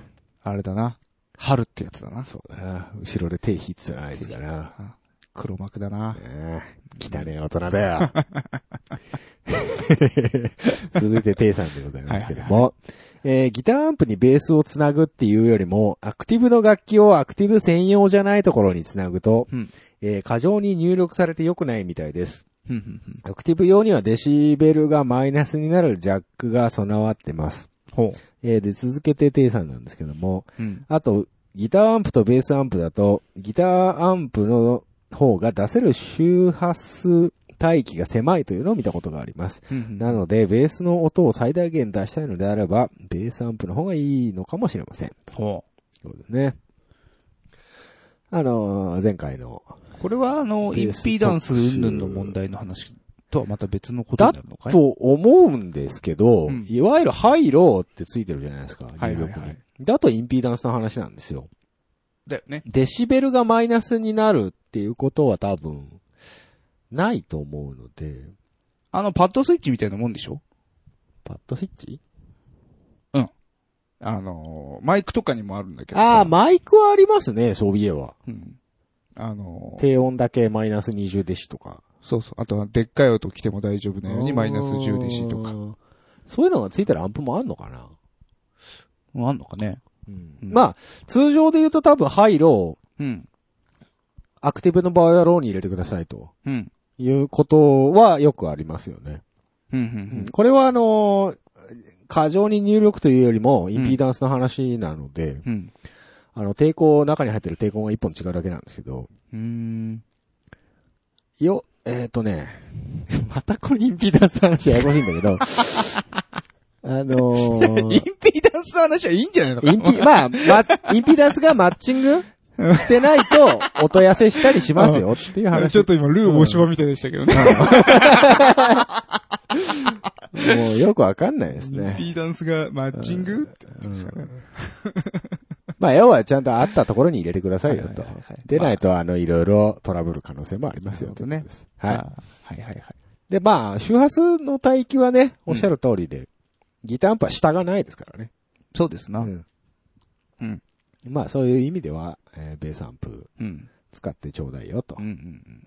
あれだな。春ってやつだな。
そうだな。後ろで手引いてたな、あいつだな。
あ黒幕だな。
ねえ汚ねえ大人だ よ。続いて、テイさんでございますけども。えーギターアンプにベースをつなぐっていうよりも、アクティブの楽器をアクティブ専用じゃないところにつなぐと、
うん
えー過剰に入力されて良くないみたいです。
うんうんうん
アクティブ用にはデシベルがマイナスになるジャックが備わってます。
ほ
えーで、続けてテイさんなんですけども、
う。うん。
あと、ギターアンプとベースアンプだと、ギターアンプの方が出せる周波数帯域が狭いというのを見たことがあります。なので、ベースの音を最大限出したいのであれば、ベースアンプの方がいいのかもしれません。
ほ
そうですね。あのー前回の。
う。これは、あの、イ
ベ
ン
ース
ピーダンス云々の問題の話とはまた別のことになるのかい
と思うんですけど、
うん
いわゆるハイローってついてるじゃないですか、
はいはいはい
入力にだとインピーダンスの話なんですよ。
だよね。
デシベルがマイナスになるっていうことは多分、ないと思うので、
あの、パッドスイッチみたいなもんでしょ
パッドスイッチ
あのー、マイクとかにもあるんだけどさ。
ああ、マイクはありますね、そういえば。
うん。あのー、
低音だけマイナス20デシとか。
そうそう。あとは、でっかい音来ても大丈夫なようにマイナス10デシとか。。
そういうのがついてるアンプもあんのかな、
うんあんのかね。うん
まあ、通常で言うと多分ハイロー、
うん。
アクティブの場合はローに入れてくださいと
うん。
いうことはよくありますよね。
うん。うん。
これはあのー過剰に入力というよりも、インピーダンスの話なので、
うん。
あの、抵抗、中に入ってる抵抗が一本違うだけなんですけど、
うん。
よ、えっ、ー、とね、またこれインピーダンスの話ややこしいんだけ ど、あの
イン
ー、
ピーダンスの話はいいんじゃないのか
インピ、まあ、ま、インピーダンスがマッチングしてないと、音痩せしたりしますよっていう話。
ちょっと今、ルー大島みたいでしたけどね。
もうよくわかんないです
インピ
ね。
ーダンスがマッチングって。
まあ、要はちゃんとあったところに入れてくださいよと
はいはいはいはい。
でないと、あの、いろいろトラブる可能性もありますよ
なるほどね
ということですはい。
い。はいはいはい。
で、まあ、周波数の帯域はね、おっしゃる通りで、ギターアンプは下がないですからね。
そうですな。
ん
うん
まあ、そういう意味では、えーベースアンプ
うん。
使ってちょうだいよ、と
うんうん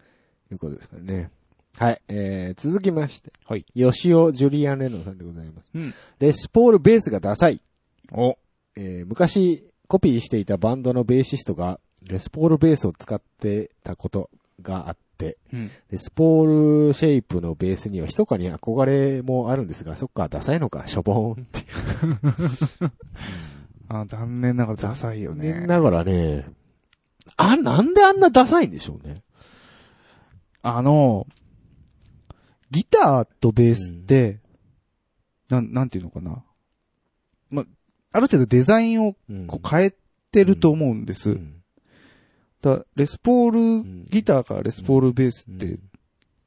いうことですからね。はい、えー、続きまして。
はい。
吉尾ジュリアン・レノンさんでございます。
うん。うん。
レスポールベースがダサい。
お。
えー昔、コピーしていたバンドのベーシストが、レスポールベースを使ってたことがあって、
うん。
レスポールシェイプのベースには密かに憧れもあるんですが、そっか、ダサいのか、しょぼーんって。
あ、残念ながらダサいよ
残念
ね。
ながらね、あ、なんであんなダサいんでしょうね。
あの、ギターとベースって、なん、なんていうのかな。ま、ある程度デザインをこう変えてると思うんです。
うん
だからレスポール、ギターからレスポールベースっ
う
て
ん、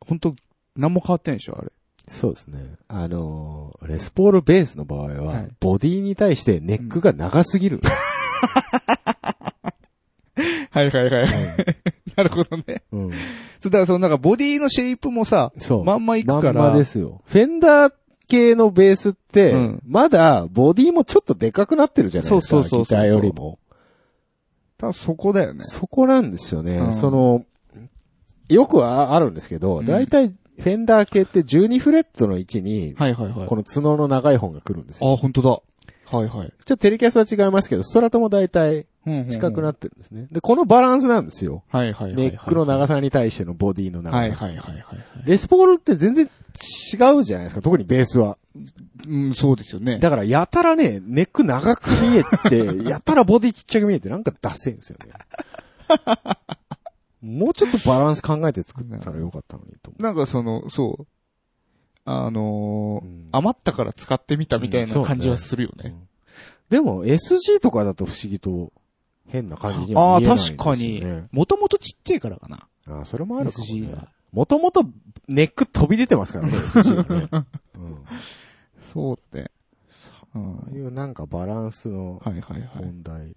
本当何も変わってないでしょ、あれ。
そうですね。あのーレスポールベースの場合は、
はい
ボディに対してネックが長すぎる。
はいはいはい。 なるほどね。
うん
そう、だからそのなんかボディのシェイプもさ、
そう。
まんまいくから。
まんまですよ。フェンダー系のベースって、
うん
まだボディもちょっとでかくなってるじゃないですか。
そうそうそうそう
ギターよりも。
多分そこだよね。
そこなんですよね。
うん
その、よくはあるんですけど、
うん
だいたいフェンダー系って12フレットの位置に、
はいはいはい
この角の長い本が来るんですよ。
あ、本当だ。はいはい。
ちょっとテレキャスは違いますけど、ストラトもだいたい近
近
く
く
な
な、
ってるんですね。で、このバランスなんですよ。
はいはいはいはい。
ネックの長
さ。
さに対してのボディの長さ。
はいはいはいはいはい。
レスポールって全然違うじゃないですか、特にベースは。
うん、そうですよね。
だから、やたらね、ネック長く見え て、やたらボディちっちゃく見えて、なんかダセいんですよね。もうちょっとバランス考えて作ったらよかったのにと思
なんかその、そう。あの
う。
ー、
うん
余ったから使ってみたみたいな感じはするよ
う
ね。
んでも、SG とかだと不思議と変な感じに
あ
は
あ
見
ー、
えないんです
確
よ、
か
ね。
に。もともとちっちゃいからかな。
ああ、それもあるかも、ね。
SG は
もともとネック飛び出てますからね、SG はね。 うん
そうって。うん。
そういうなんかバランスの
はいはいはい。
問題。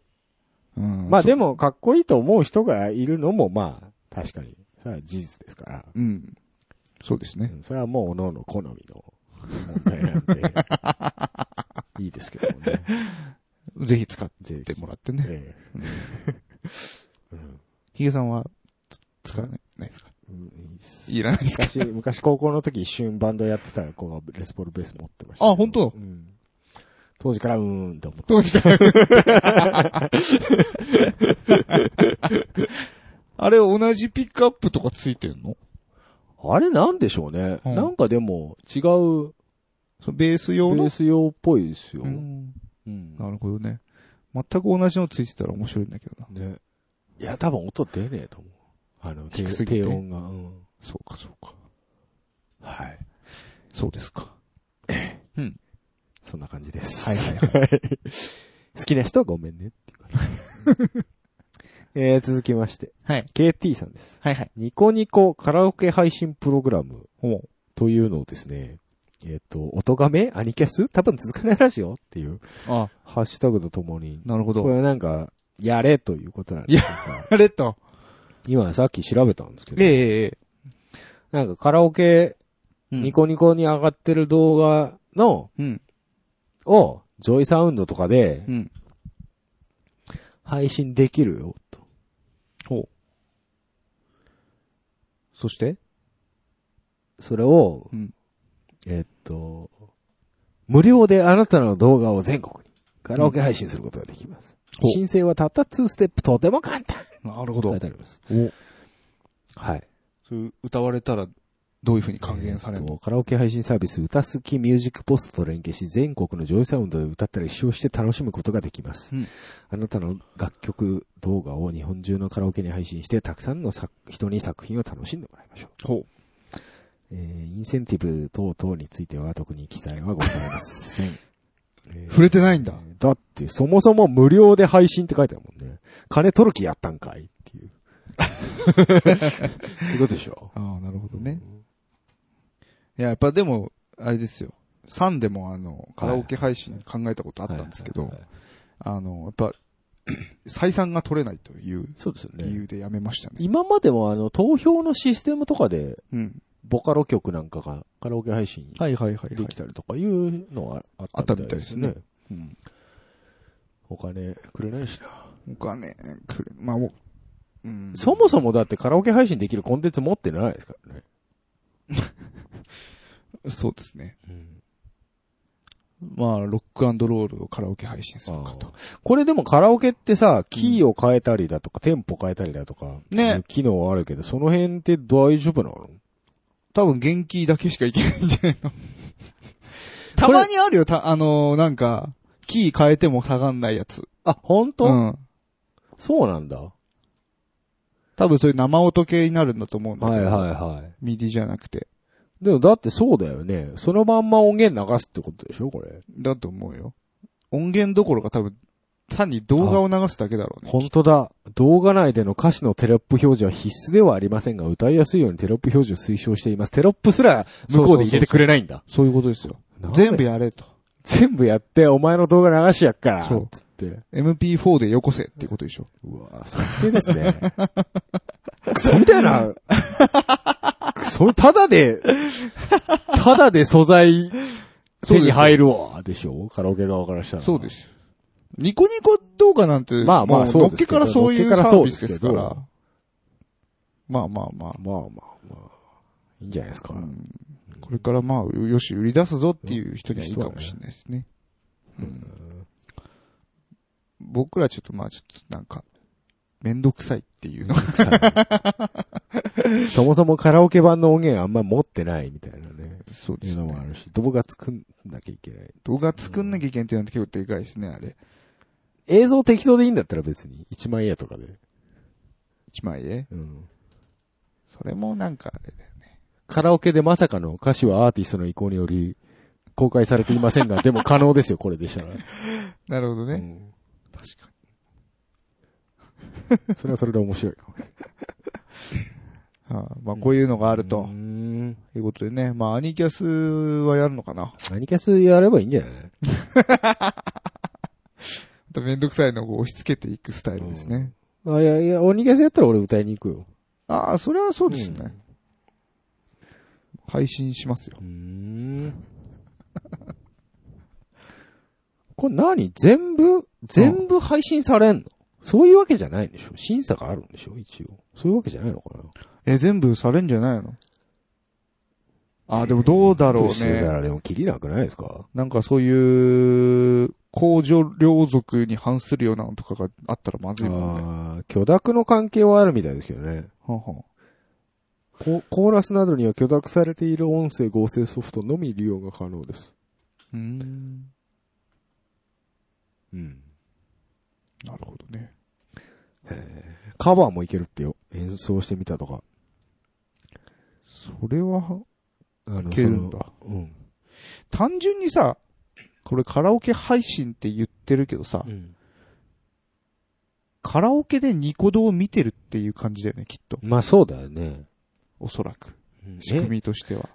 うん
まあでも、かっこいいと思う人がいるのも、まあ、確かに、それは事実ですから。
うん。そうですね。
それはもう、おのの好みの問題なんで。 いいですけどもね。
ぜひ使っ
ぜひ
てもらってね。
ええうん
ヒゲさんは、つ使わないないですか
うんいいっす
いらないですか
昔、昔高校の時一瞬バンドやってた子がレスポールベース持ってましたけど。
あ本当
うん当時からうーんって思って。
当時 から。あれ、同じピックアップとかついてんの
あれなんでしょうね。
うん
なんかでも、違う
そのベース用
ベ
の
ース用っぽいですよ。
うん
うん
なるほどね。全く同じのついてたら面白いんだけどな。
ね。いや、多分音出ねえと思う。あの、低
低すぎて
低音が。うん
そうか、そうか。
はい。
そうですか。
そんな感じです。
はいはい
はい。 好きな人はごめんねっていう 感じえー、続きまして。
はい。
KT さんです。
はいはい。
ニコニコカラオケ配信プログラム
おう
というのをですね、えっ、と、音がめアニキャス多分続かないらしいよっていう
あ、
ハッシュタグとともに、
なるほ
こ
ど。
れはなんか、やれということなんですが、
あれと。
今さっき調べたんですけど、
えええ
なんかカラオケ
え。
ニコニコに上がってる動画の、
うん。
を、ジョイサウンドとかで
う、ん。
配信できるよ、と。
ほう。そして
それを、
うん
えっと、無料であなたの動画を全国にカラオケ配信することができます。
ほう
申請はたった2ステップとても簡単。
なるほ
書
ど
い。てあります。
お
はい。
それ歌われたら、どういう風に還元される
えっ
の
とカラオケ配信サービス、歌好きミュージックポストと連携し、全国の上位サウンドで歌ったり使用して楽しむことができます。
うん
あなたの楽曲、動画を日本中のカラオケに配信して、たくさんの作人に作品を楽しんでもらいましょう。
ほ
えーインセンティブ等々については特に記載はございません。えー
触れてないんだ。
だって、そもそも無料で配信って書いてあるもんね。金取る気やったんかいっ ていう。そういうことでしょ。
う。ああ、なるほどね。いや、やっぱでも、あれですよ。サンでもあの、カラオケ配信考えたことあったんですけ
は
ど
いはい、はい
あの、 やっぱ、採算が取れないという
そうですよ
理
ね。
由でやめましたね。
今までもあの、投票のシステムとかで、
うん。
ボカロ曲なんかがカラオケ配信
はいはいはい
できたりとかいうのはあったみたいです
あ
ね
ったみたいです。うん。
お金くれないしな。
お金、くれ、まあ、おうん。
そもそもだってカラオケ配信できるコンテンツ持ってないですからね。
そうですね。まあ、ロックロールをカラオケ配信するかと。
これでもカラオケってさ、キーを変えたりだとか、テンポ変えたりだとか、
ね
機能はあるけど、その辺って大丈夫なの
多分、元気だけしかいけないんじゃないの た
これ
まにあるよ、た、あのーなんか、キー変えても下がんないやつ。
あ、本当、
うん。
そうなんだ。は
多分、そういう生音系になるんだと思うんだけど。
は
ミディじゃなくて。
い。でもだってそうだよね。そのまんま音源流すってことでしょこれ。
だと思うよ。音源どころか多分、単に動画を流すだけだろうね。
本当だ。動画内での歌詞のテロップ表示は必須ではありませんが、歌いやすいようにテロップ表示を推奨しています。テロップすら向こうで入れてくれないんだ。
そういうことですよ。全部やれと。
全部やって、お前の動画流しやっから。
そう
つって。
MP4 でよこせっていうことでしょ。
うわぁ、最低ですね。 クソみたいな。クソ、ただで、ただで素材手に入るわ、でしょカラオケ側からしたら。
そうです。ニコニコ動画なんて、
まあまあ
も
そう
のっ
です
け
けど
からそうい
のっ
う
けから
サ
そ
ー
うで
ビス
すけ
で
ど
すから。まあまあまあ。
まあまあまあ。いいんじゃないですか。
うんこれからまあ、よし、売り出すぞっていう人にはいいかもしれないですね。うん僕らちょっとまあ、ちょっとなんか、めんどくさいっていうのが。
そもそもカラオケ版の音源あんま持ってないみたいなね。
そう
いうのもあるし、動画作んなきゃいけない。
動画作んなきゃいけないっていうのは結構でかいですね、あれ。
映像適当でいいんだったら別に。1万円やとかで。
一枚絵。
うん。
それもなんかあれだよね。
カラオケでまさかの歌詞はアーティストの意向により公開されていません が、でも可能ですよ、これでしたら。
なるほど
う
ね。
ん
確か
それはそれで面白いかもね。
に。はあまあ、こういうのがある
うー
と。
ん。
いうことでね。まあ、アニキャスはやるのかな。
アニキャスやればいいんじゃない
まためんどくさいのをこう押し付けていくスタイルですね。
あ、いやいや、アニキャスやったら俺歌いに行くよ。
ああ、それはそうですね。
う
配信しますよ。
うーん。 これ何全部、全部配信されんの、そういうわけじゃないんでしょ審査があるんでしょ一応。そういうわけじゃないのかな
え、全部されんじゃないのああ、でもどうだろう
どしてだか
ね。
らでも切りなくないですか
なんかそういう、公序良俗に反するようなのとかがあったらまずいもんね。
ああ、許諾の関係はあるみたいですけどね。
はんはん
ココーラスなどには許諾されている音声合成ソフトのみ利用が可能です。
うーん。
うん。
なるほどね。
カバーもいけるってよ。演奏してみたとか。
それは、
あ
い
の
けるんだ。
そのうん。
単純にさ、これカラオケ配信って言ってるけどさ、カラオケでニコ動を見てるっていう感じだよね、きっと。
まあそうだよね。
おそらく。仕組
え
みとしては。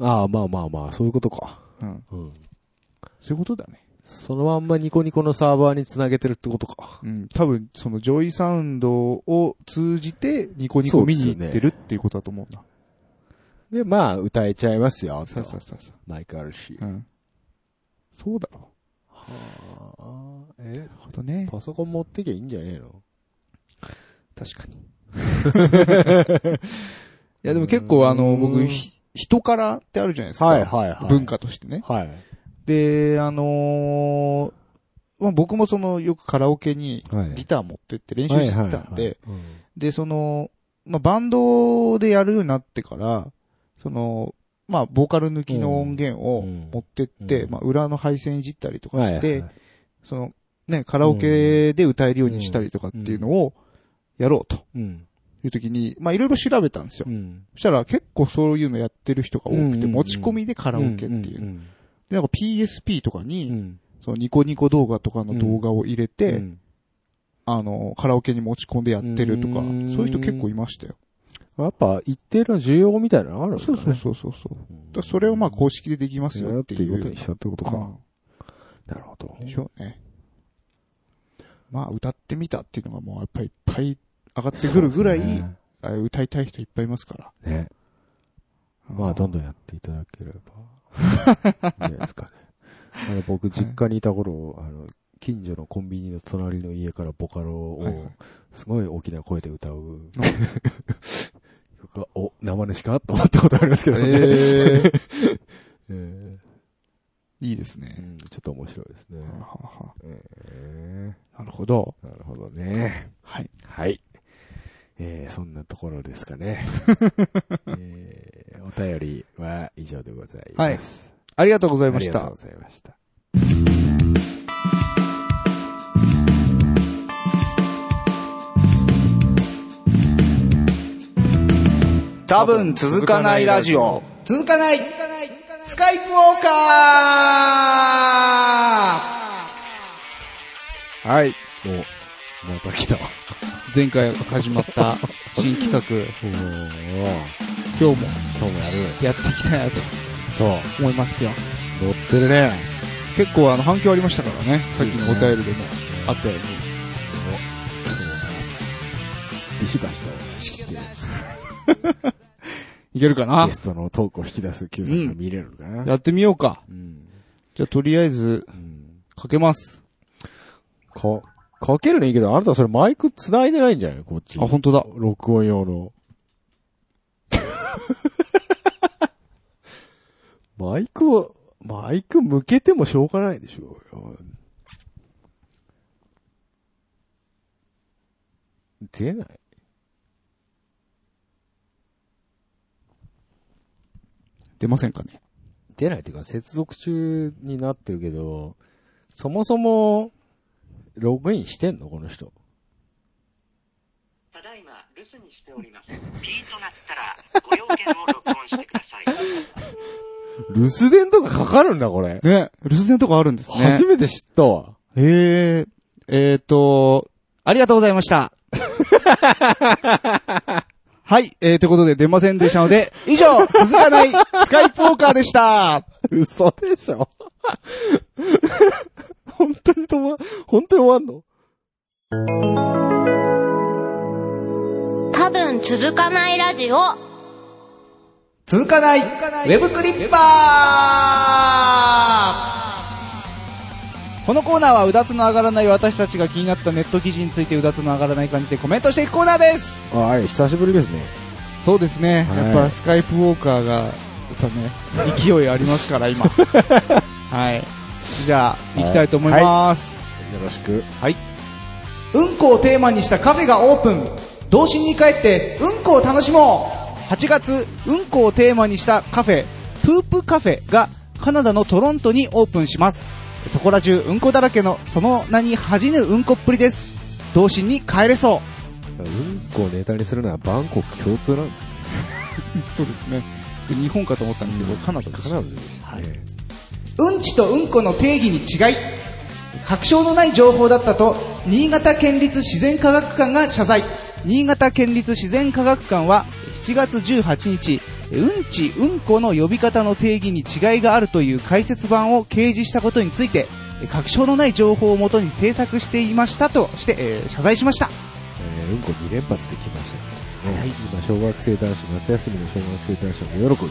ああ、まあまあまあ、そういうことか。
うん。
うん。
そういうことだね。
そのまんまニコニコのサーバーにつなげてるってことか。
うん。多分、そのジョイサウンドを通じてニコニコ見に行ってるっていうことだと思うな。
で、まあ、歌えちゃいますよ。
そうそうそうそ
マイクあるし
う。。うん。そうだろ
はあ、え
う。なるほどね。
パソコン持ってきゃ いいんじゃねえの
確かに。や、でも結構あの、
う
僕、
ん
ひ人からってあるじゃないですか。
はいはいはい。
文。化としてね。
はい。
で、あのーまあ、僕もその、よくカラオケに
はい
ギター持ってって練習してたんで、
はいはいはい、
で、その、まあ、バンドでやるようになってから、その、まあ、ボーカル抜きの音源を
うん
持ってって、
うん
まあ、裏の配線いじったりと
うん
かして、
はいはい
その、ね、カラオケで歌えるようにしたりとかっていうのをやろうと
うん。
いう時に、まあ、いろいろ調べたんですよ。
ん。
そしたら結構そういうのやってる人が多
うん
く
うん
て、
うん
持ち込みでカ
カ
ラオケっていう。
うん。
で、なんか PSP とかに、
うん。
そのニコニコ動画とかの動画を入れて、
うん
あの、カラオケに持ち込んでやってるとか、
うん
そういう人結構いましたよ。
やっぱ、一定の需要みたいなのがあるんですか
そう
ね。
そうそうそうそう。
うん
だからそれをまあ公式でできます
や
よ
るっ
ってて
い
いう
ことに
う。
したってこと
う
か
ん。
なるほど。
でしょうね。まあ歌ってみたっていうのがもうやっぱりいっぱい上がってくるぐらい、
ね
あ歌いたい人いっぱいいますから。
ね。まあ、どんどんやっていただ ければ、いいんじゃないですかね。あの、僕、実家にいた頃、あの、近所のコンビニの隣の家からボカロ
はいは
を
い、
すごい大きな声で歌う。 曲がお、生主かと思ったことありますけどね。
ええ
えー
いいです
う
ね。
んちょっと面白いですね
は。あはあは
え
あなるほど。
ーなるほどね。
はい。
はい。えー、そんなところですか ね。えー、お便りは以上でございます。
ありがとうござい
あ
ま
り
し
がとう
た
ご。ざいました。
多分続かないラジオ。続かないスカイプウォーカ
はい。お、また来た。
ー前回始まった新企画、
おー、今
今日
日
も
もやる。
やっていきたいなと
そう。
思いますよ。
乗ってるね。
結構あの反響ありましたからね。さっきのお便りでもあったように。
お、そうだ。ビシバシと仕切って、
いけるかな
ゲストのトークを引き出す Q さんが見れるのかな。
やってみようか。
うん。
じゃあとりあえず、
うん。
かけます。
か、かけるのいいけど、あなたそれマイク繋いでないんじゃないこっち。
あ、本当だ。
録音用の。 マイクを、マイク向けてもしょうがないでしょうよ。出ない
出ませんかね。
出ないっていうか、接続中になってるけど、そもそも、ログインしてんのこの人。
ただいま留守にしております。ピーとなったらご用件を録音してください。
留守電とかかかるんだ、これ。
ね、留守電とかあるんですね
初。めて知ったわ。
へえ、えーと、ありがとうございました。はい、えー、ということで出ませんでしたので、 以上、続かないスカイプウォーカーでした。
嘘でしょ本当に止ま、本当に終わんの
多分続かないラジオ
続かない、ウェブクリッパーこのコーナーはうだつの上がらない私たちが気になったネット記事についてうだつの上がらない感じでコメントしていくコーナーです
はい、久しぶりですね。
そうですね、
はい
やっぱスカイプウォーカーが、やっぱね、勢いありますから 今。はい。じゃあ、行きたいと思います。
よろしく。
うんこをテーマにしたカフェがオープン童心に帰ってうんこを楽しもう8月うんこをテーマにしたカフェプープカフェがカナダのトロントにオープンしますそこら中うんこだらけのその名に恥じぬうんこっぷりです童心に帰れそ
うんこをネタにするのはバンコク共通なんです
うそうですね日本かと思ったんですけど、カナダ
カナダです、ね。はい。
うんちとうんこの定義に違い確証のない情報だったと新潟県立自然科学館が謝罪新潟県立自然科学館は7月18日うんちうんこの呼び方の定義に違いがあるという解説版を掲示したことについて確証のない情報をもとに制作していましたとして、えー謝罪しました
えーうんこ2連発できましたね。はい。今、小学生男子、夏休みの小学生男子の喜び。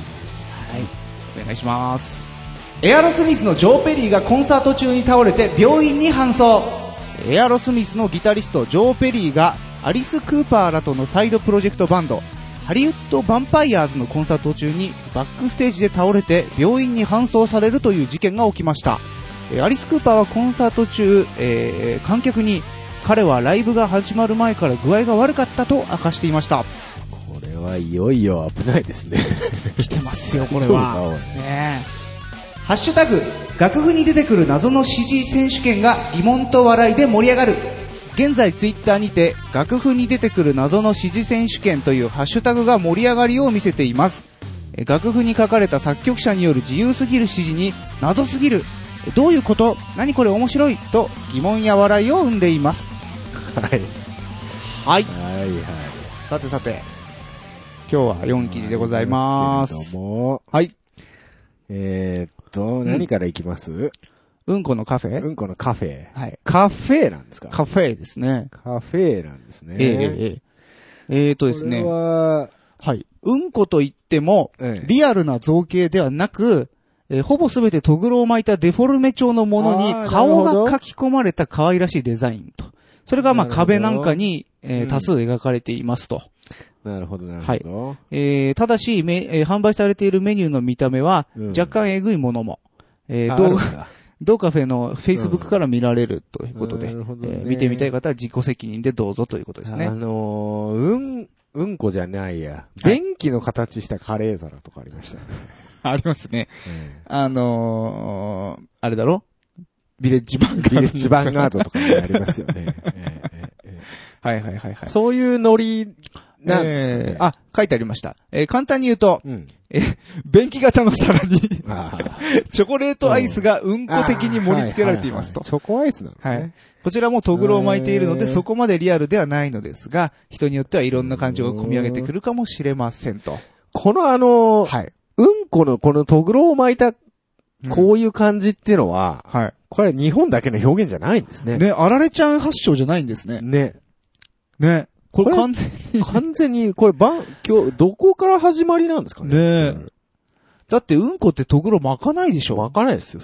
お願いしますエアロスミスのジョー・ペリーがコンサート中に倒れて病院に搬送エアロスミスのギタリストジョー・ペリーがアリス・クーパーらとのサイドプロジェクトバンド
ハリウッドヴァンパイアーズのコンサート中にバックステージで倒れて病院に搬送されるという事件が起きました。えーアリス・クーパーはコンサート中、えー観客に彼はライブが始まる前から具合が悪かったと明かしていました。
これはいよいよ危ないですね。
来てますよ、これ
そうか
は。
おい
ねえハッシュタグ、楽譜に出てくる謎の指示選手権が疑問と笑いで盛り上がる。現在ツイッターにて、楽譜に出てくる謎の指示選手権というハッシュタグが盛り上がりを見せています。え楽譜に書かれた作曲者による自由すぎる指示に、謎すぎる。どういうこと何これ面白いと疑問や笑いを生んでいます。
はい。
はい。
はいはい。
さてさて、今日は4記事でございます。
けれども、
はい。
えーっと、
ん
何からいきます
うんこのカフェ
うんこのカフェ。
はい。
カフェなんですか
カフェですね。
カフェなんですね。
えええええーとです
こ
ね
れ。は、
はい。うんこと言っても、
ええ
リアルな造形ではなく、えーほぼすべてトグロを巻いたデフォルメ調のものに
あー
顔
なるほど
が書き込まれた可愛らしいデザインと。それがまあ
なるほど
壁なんかに、えー
うん
多数描かれていますと。
なるほど、なるほど。
えーただし、めえー販売されているメニューの見た目は
うん
若干えぐいものも、えー
あ
動
あ
画
るんだ
同カフェの Facebook から見られるということで、
なるほどね
えー見てみたい方は自己責任でどうぞということです
あ
ね。
のー、うん、うんこじゃないや。
はい
便器の形したカレー皿とかありました ね。
ありますね。あのー、あれだろビレッジバンガード。
ビレッジヴァンガードとかもありますよ ね。えええええ
はいはいはいは
え
い。
そういうノリなんですかね
えーあ、書いてありました。えー簡単に言うと、
うん。
え、便器型の皿に、
あー
チョコレートアイスがうんこ的に盛り付けられていますと
は。いはいはいチョコアイスなの
は
ね
い。。こちらもトグロを巻いているので、
へー
そこまでリアルではないのですが、人によってはいろんな感情が込み上げてくるかもしれませんと。
このあのー、
はい。
うんこのこのトグロを巻いた
うん、
こういう感じっていうのは、
は
これは日本だけの表現じゃないんです
い。
ね。
ね、あられちゃん発祥じゃないんですね。
ね。
ね。こ
こ
れ
れ
完全に。
完全に、これ、ばん、今日、どこから始まりなんですかね。
ねえだってうんこってトグロ巻かないでしょ
わからないですよ。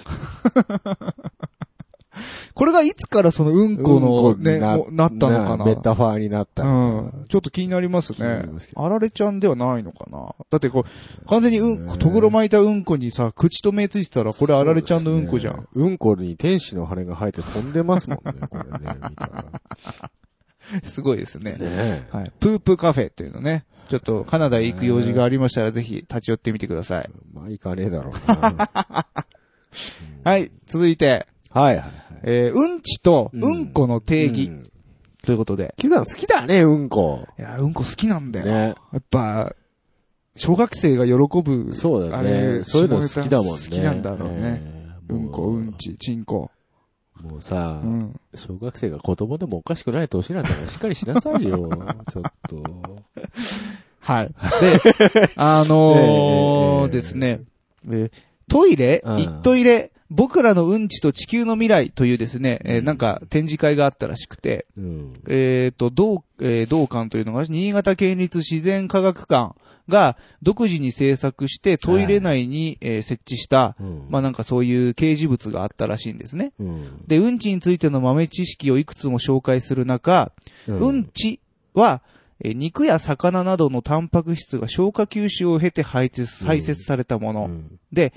これがいつからそのうんこのね、もうなったのかな
メタファーになった
う
のか
ん。ちょっと気になります
気にな
ね
りますけ。ど
あられちゃんではないのかなだってこう、完全にうんこ、とぐろ巻いたうんこにさ、口と目ついてたらこれあられちゃんのうんこじゃん。
ね。うんこに天使の羽が生えて飛んでますもんね、これね、見たら。ね
すごいです ね。
え。
はい。プープーカフェっていうのね。ちょっとカナダへ行く用事がありましたらぜひ立ち寄ってみてください。
まあ、いかねえだろうな。
はい。続いて、
はいはいはい。
えー、うんちと
うん
うんこの定義
うん。
ということで。
キズさん好きだね、うんこ。
いや、うんこ好きなんだよ。
ね。
やっぱ、小学生が喜ぶ
そうだ
あ
ね
れ。
そういうの好きだもんね。
下ネタ好きなんだろうね
ええ。
うんこ、うんち、ちんこ。
もうさ
う、ん。
小学生が子供でもおかしくない年なんだからしっかりしなさい よ。ちょっと。
はい。 で、あの
ええええええ
ー、ですね、えートイレ、
うん
一トイレ、僕らのうんちと地球の未来というですね、えー
うん
なんか展示会があったらしくて、
うん。
えっ、と、同、えー同館というのが、新潟県立自然科学館が独自に制作してトイレ内に、えー設置した、
うん
まあなんかそういう掲示物があったらしいんですね。
うん。
で、うんちについての豆知識をいくつも紹介する中、うんちは、えー肉や魚などのタンパク質が消化吸収を経て排泄
うん
排泄されたもの。
うん。
で、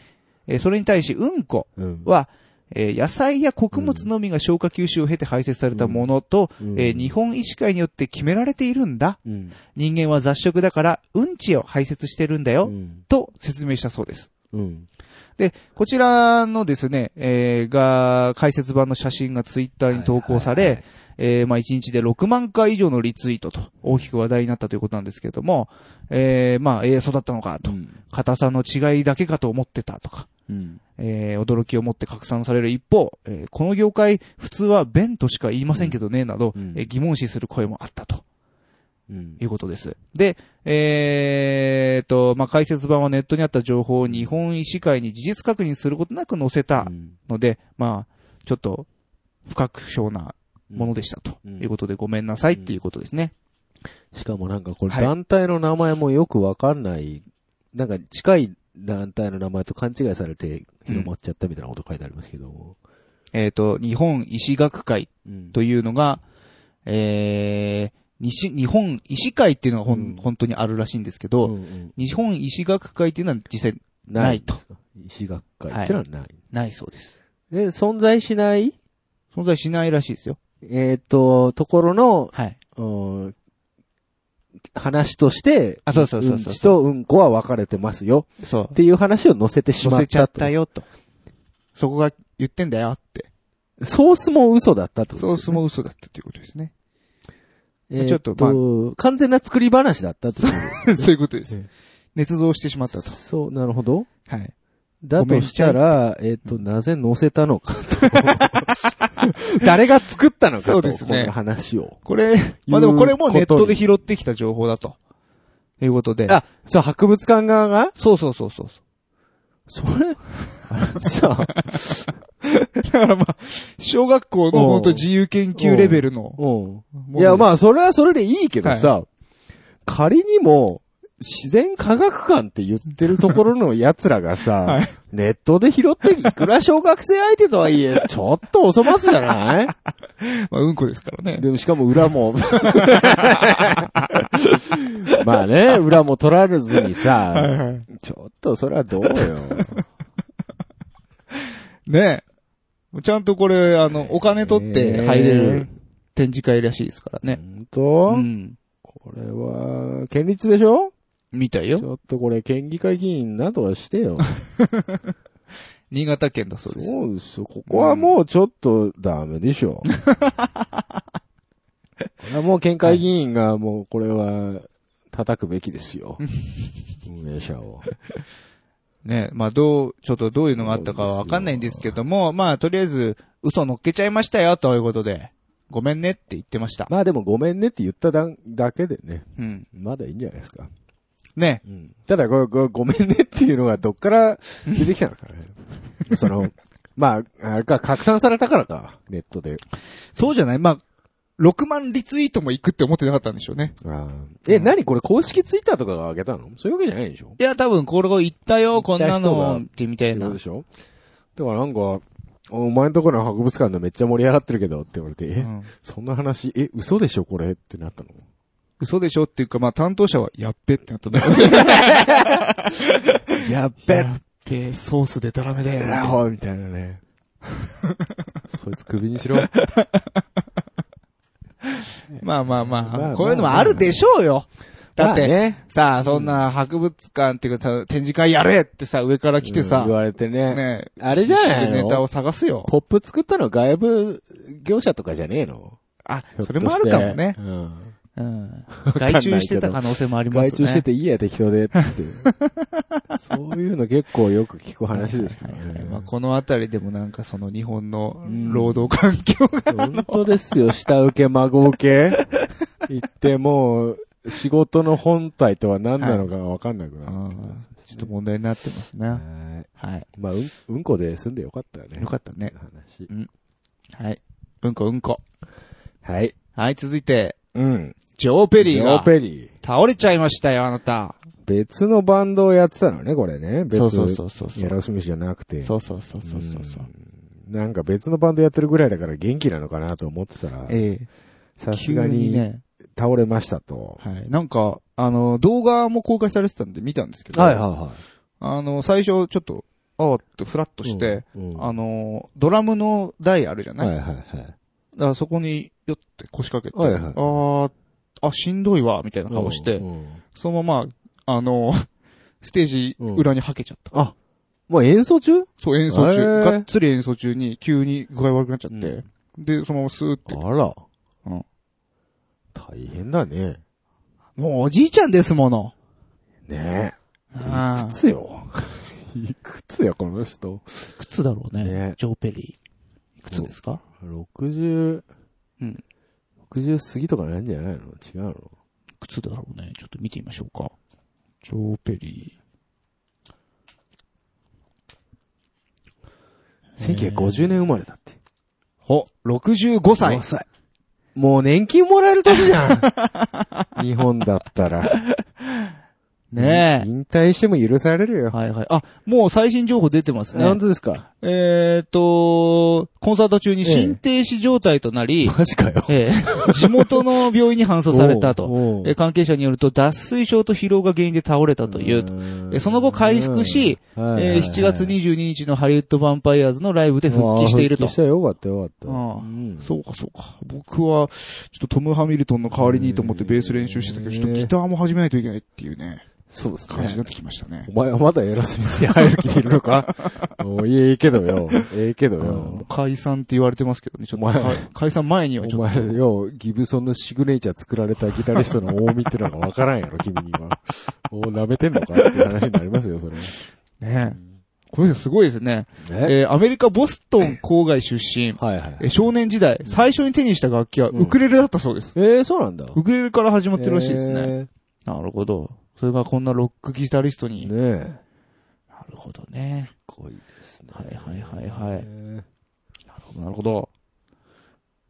えーそれに対し、うんこ
うん。
は、えー野菜や穀物のみが消化吸収を経て排泄されたものと、
うん
えー日本医師会によって決められているんだ。
うん。
人間は雑食だから、うんちを排泄してるんだよ。
うん。
と説明したそうです。
うん。
で、こちらのですね、えーが、解説版の写真がツイッターに投稿さ
はいは
れ、えーまあ1日で6万回以上のリツイートと、大きく話題になったということなんですけれども、えーまあ、えー、そうだったのかと、硬さの違いだけかと思ってたとか、
うん。
えー驚きを持って拡散される一方、えーこの業界、普通は便としか言いませんけどね、など、
うん
えー疑問視する声もあったと。
うん
いうことです。で、えー、と、まあ、解説版はネットにあった情報を日本医師会に事実確認することなく載せたので、まあ、ちょっと、不確証なものでしたと
うん
いうことで、ごめんなさいっていうことですね。
しかもなんかこれ
はい
団体の名前もよくわかんない、なんか近い団体の名前と勘違いされて広まっちゃったみたいなこと書いてありますけども。
えー、と、日本医師学会
うん
というのが、えー
西、日本医師会っていうのがほん、
うん
本当にあるらしいんですけど、
うんうん
日本医師学会っていうのは実際ないと。
医学会ってのはない。
ないそうです。
で、存在しない、
存在しないらしいですよ。
えっ、と、ところの、
はい。
うん話として、
あそうそうそうそう
うんちとうんこは分かれてますよ。
そう
っ。ていう話を載せてしま
乗
っ
せちゃ
た
っ
と。
たよと。そこが言ってんだよって。
ソースも嘘だったってこと
ソー
です
ス
よね。
も嘘だったということですね。
えー
ちょっとま
完全な作り話 だったってことです
そういうことです
え。
捏造してしまったと。
そう、なるほど。
はい。
だ
ごめ
と
ん
したら、えっ、と、なぜ載せた のかと。誰が作ったのかと。
そうですね
この話を。
これ、まあでもこれもネット
いうこと
で
に
拾ってきた情報だと。いうことで。
あ、そう、博物館側が
そうそうそうそう。
それ、あのさ、
だからまあ、小学校の本当自由研究レベルの。
うん。いや、まあ、それはそれでいいけどさ、仮にも、自然科学館って言ってるところの奴らがさ、
はい
ネットで拾っていくら小学生相手とはいえ、 ちょっとお粗末じゃない
あ、まあ、うんこですからね。
でもしかも裏も。 まあね、裏も取られずに
はい
さ、
はい。
ちょっとそれはどうよ。
ねえ。ちゃんとこれ、あ の、お金取って入れる展示会らしいですからね。
本
う
当、
ん。
これは、県立でしょ
みたい
ち
よ。
ょっとこれ県議会議員などはしてよ。
新潟県だそうです。
そうですよ。ここはもうちょっとダメでしょ。これはもう県会議員がもうこれは叩くべきですよ。運営者を。
ね、まあどう、ちょっとどういうのがあったかはわかんないんですけども、まあとりあえず、嘘乗っけちゃいましたよ、ということで、ごめんねって言ってました。
まあでもごめんねって言っただだけでね、
うん。
まだいいんじゃないですか。
ね、
ただこれ、これごめんねっていうのがどっから出てきたのかね。その、まあ、あれか、拡散されたからか、ネットで。
そうじゃないまあ、6万リツイートも行くって思ってなかったんでしょうね。
え、何これ公式ツイッターとかが上げたのそういうわけじゃないでしょ
いや、多分、これを言ったよ、こんなの、ってみたい
そう
な
で。しょだからなんか、お前んところの博物館のめっちゃ盛り上がってるけどって言われて、え、
うん
そんな話、え、嘘でしょこれってなったの
嘘でしょっていうか、まあ担当者は、やっべってなったんだよね。
やっ
やっべ、ソースでたらめだ
え
よ
ら
な。
ほみたいなね。 そいつ首にし ろ。
まあまあまあ、
まあ
こういうのはあるでしょうよ。だって、
まあね、
さあ、そんな博物館っていうか、さ展示会やれってさ、上から来て
う
さ
ん、言われてね。
ね
あれじゃないの
ネタを探すよ。
ポップ作ったの外部業者とかじゃねえの
あ、それもあるかもね
う。ん。
うん。
かんないけど
外注してた可能性もありますね。
外注してていいや、適当で って。そういうの結構よく聞く話ですけど
はいはいはい
ね。
まあ、このあたりでもなんかその日本の労働環境が、
本当ですよ、下請け、孫請 け。言ってもう、仕事の本体とは何なのかがわかんなくなってき
うん
ま
ちょっと問題になってます
す
ね。
はい
はい。
まあ、うん、うんこで済んでよかったよね。
よかったね。
話。
はい。うんこうんこ。
はい。
はい、続いて、
うん。
ジョーペリー
ジョ
が
ーペリー。
倒れちゃいましたよ、あなた。
別のバンドをやってたのね、これね。別
そうそうそうそうそう
やらしみじゃなくて。
そうそうそうそうそうそう。
なんか別のバンドやってるぐらいだから元気なのかなと思ってたら、
ええ。
さす
急
が
に
に
ね。
倒れましたと。
はい。なんか、あの、動画も公開されてたんで見たんですけど、
は
あの、最初ちょっと、あーってフラッとして、
うんうん
あの、ドラムの台あるじゃない、
はいはいはい。
だからそこに、よって腰掛けて、
はいはい
あー、あ、しんどいわ、みたいな顔して、
うんうん
そのまま、あの、 ステージ裏にはけちゃった。
あ、もう演奏中
そう、演奏中、
へー
がっつり演奏中に急に具合悪くなっちゃって、
う
で、そのままスーって。
あら。
うん
大変だね。
もうおじいちゃんですもの。
ねえ。い
あ
くつよ。 いくつよ、この人。
いくつだろうね
ね
ジョーペリー。いく
つです
か
60、
うん。
60過ぎとかなんじゃないの違うの
いくつだろうね。ちょっと見てみましょうか。ジョーペリー。
?1950 年生まれだって。
ほ、65歳
5。歳。 もう年金もらえる年じゃん。日本だったら。
ね
引退しても許される
え。
よ。
はいはい。あ、もう最新情報出てますね
本。当ですか
えっ、と、コンサート中に心停止状態と なり、
マジかよ。
ええ地元の病院に搬送されたと。
おう。おう
えー関係者によると、脱水症と疲労が原因で倒れたという。えーその後回復し、
うんはいはい
えー
はい
7月22日のハリウッドヴァンパイアーズのライブで復帰している
あ
と
あ復帰し。たよよかったよかった。
ああ
うん
そうかそうか。僕は、ちょっとトム・ハミルトンの代わりにと思ってベース練習してたけど、ちょっとギターも始めないといけないっていうね、
そうです
感じになってきましたね
お。前はまだエロスミスに入る気でいるのか おいええけどよ。ええけどよ。
解散って言われてますけどね、ちょっと
お前
か解散前にはち
お
ょっ
前よ、ギブソンのシグネチャー作られたギタリストの重みってのがわからんやろ、君には。お舐めてんのかっていう話になりますよ、そ れ。
とね。この人すごいですね。えーアメリカ・ボストン郊外出身。
はいはい。
えー少年時代、最初に手にした楽器は
うん
ウクレレだったそうです。
えー、そうなんだ。
ウクレレから始まってるらしいですね。
え
なるほど。それがこんなロックギタリストに。
ー。ねえ。
なるほどね。
濃いですね。
はいはいはいはい。
え
なるほど、なるほど。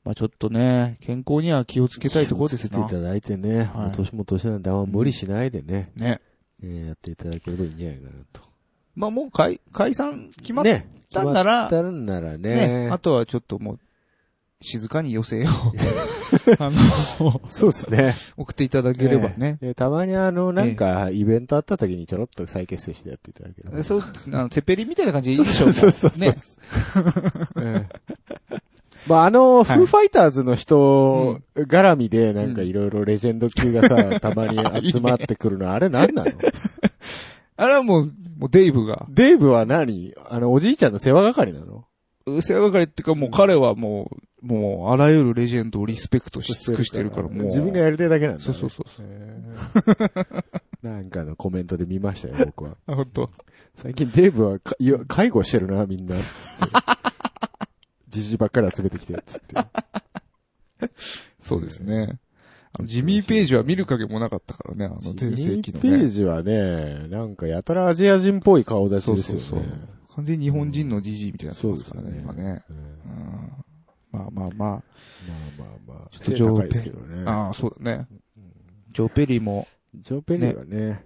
まあちょっとね、健康には気をつ
ー
けたいところです
気を
な
つけていただいてね。
はい
もう年も年なんであんま無理しないでね。
ね。
えー、やっていただければいいんじゃないかなと。
まあもう解、解散決まっ
ね。
たんなら、
決まったんなら
ね
ね。
あとはちょっともう、静かに寄せを あの、
そうですね。
送っていただければね。
えー。たまにあの、なんか、イベントあった時にちょろっと再結成してやっていただければ。
そうですね。あの、テペリみたいな感じでいいでしょ
そうそうそう
ね。
え えまあ、あの、フ
はい
ーファイターズの人絡みで、なんかいろいろレジェンド級が さ、たまに集まってくるの、あれ何なの
あれはもう、もうデイブが、
デイブは何あの、おじいちゃんの世話係なの
世話係っていうかもう彼はもう、もう、あらゆるレジェンドをリスペクトし尽くしてるから、もう。
自分がやりたいだけなんだ。
そうそうそうそう。
なんかのコメントで見ましたよ、僕は。
あ、本当。
最近デーブはかいや介護してるな、みんな。じじばっかり集めてきて、つって。
そうですね。あのジミー・ページは見る影もなかったからね、あの、全盛期
ジミ
の
ーペー
ね。
ジはね、なんかやたらアジア人っぽい顔立ちですよね。
そうそうそう完全に日本人のジジイみたいになってますからね、
うん
今ね。
うん
うんまあまあま
まあまあまあ。
ちょっと上
高いですけどね
あ。。ああ、そうだね。ジョー・ペリーも、
ジョーペリーはね。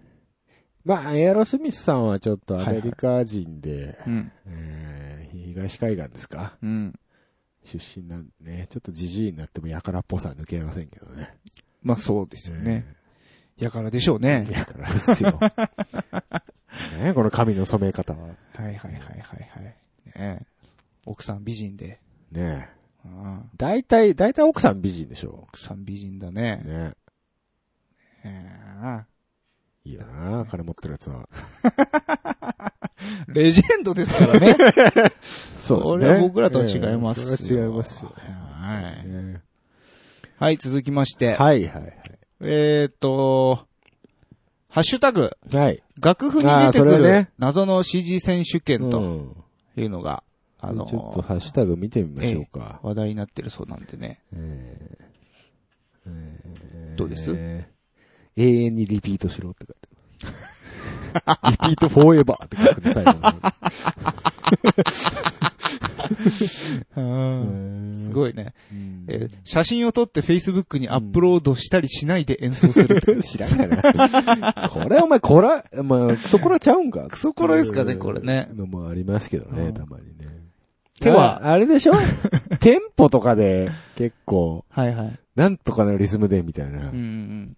まあ、エアロスミスさんはちょっとアメリカ人で、
うん、
えー東海岸ですか
うん。
出身なんでね。ちょっとジジイになってもやからっぽさは抜けませんけどね。
まあそうですよね。やからでしょうね
えー。。やからです よ。ねこの髪の染め方は。
はいはいはいはいはい。ねえ奥さん美人で。
ね
うん
大体、大体奥さん美人でしょ。
奥さん美人だね。
ね
え
いいよな金持ってるやつは。
えレジェンドですからね。
そうですね。
これは僕らとは違いますよ
えーそれは違いますよ。
はい。
ね
はい、続きまして。
はいはいはい。
えーっと、ハッシュタグ、
はい。
楽譜に
あ
出
ー
て
それ
くる
ね
謎の支持選手権
う
と
ん
いうのが、あの
ちょっとハッシュタグ見てみましょうか。
話題になってるそうなんでね。どうです
えー永遠にリピートしろって書いてある。リピートフォーエバーって書くね、最後の 方
すごいね、
に。
えー写真を撮って Facebook にアップロードしたりしないで演奏するって。
知らないな。これお前、こら、まあ、クソコラちゃうん か。ク
ソコラですかねこれね
のもありますけど
う
ね、
ん
たまにね。
手は
あ、あれでしょテンポとかで、結構、
はいはい。
なんとかのリズムで、みたいな
うんう。ん。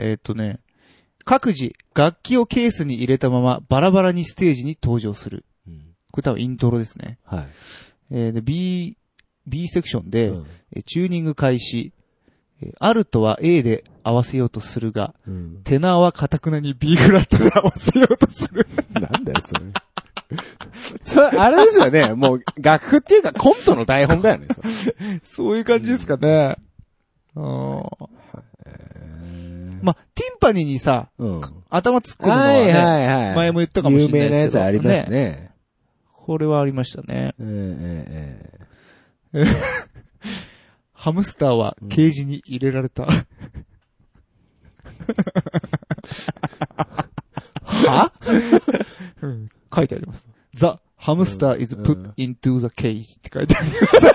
えーっとね、各自楽器をケースに入れたままバラバラにステージに登場する。
うん
これ多分イントロですね。
はい。
えーで、B、B セクションで、
うん
えーチューニング開始。えーアルトは A で合わせようとするが、
うん
テナーはカタクナに B フラットで合わせようとする。
なんだよ、それ。 それ、あれですよね。もう、楽譜っていうかコントの台本だよね。それ
そういう感じですかね。あーまあ、ティンパニにさ、
うん。
頭突っ込むのは
は
ね、
いはいはい。
前も言ったかもしれないですけ
有名なやつ
ど
ありますね。
これはありましたね。
ええええ
ハムスターはケージに入れられ た。は書いてあります。The hamster is
うん
put into the cage って書いてある。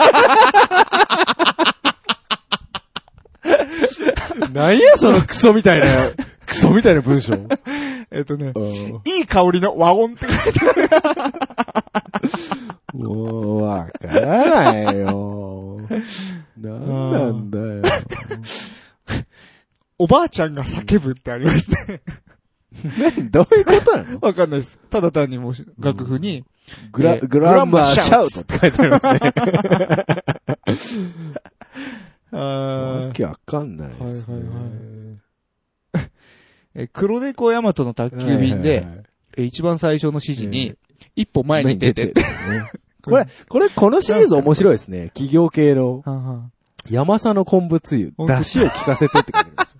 ええ。なんやそのクソみたいな、クソみたいな文章。
えっとね、いい香りの和音って書いてある
もう、わからないよ。 なんなんだよ。
おばあちゃんが叫ぶってありますね。
どういうことなの
わかんないです。ただ単にもうし楽譜に、
グラ、
えー
グランマーシャウ
グ
トって書いてあるんですね。
あ
わ
ー
けわかんないですね。
はいはいはいえー黒猫ヤマトの宅急便
はい
で
は、いはい、
えー一番最初の指示に、一歩前に出てって。
これ、これ、このシリーズ面白いですね。企業系の、
はんはん
山佐の昆布つゆ、
本当
出汁を聞かせてって書いてますよ。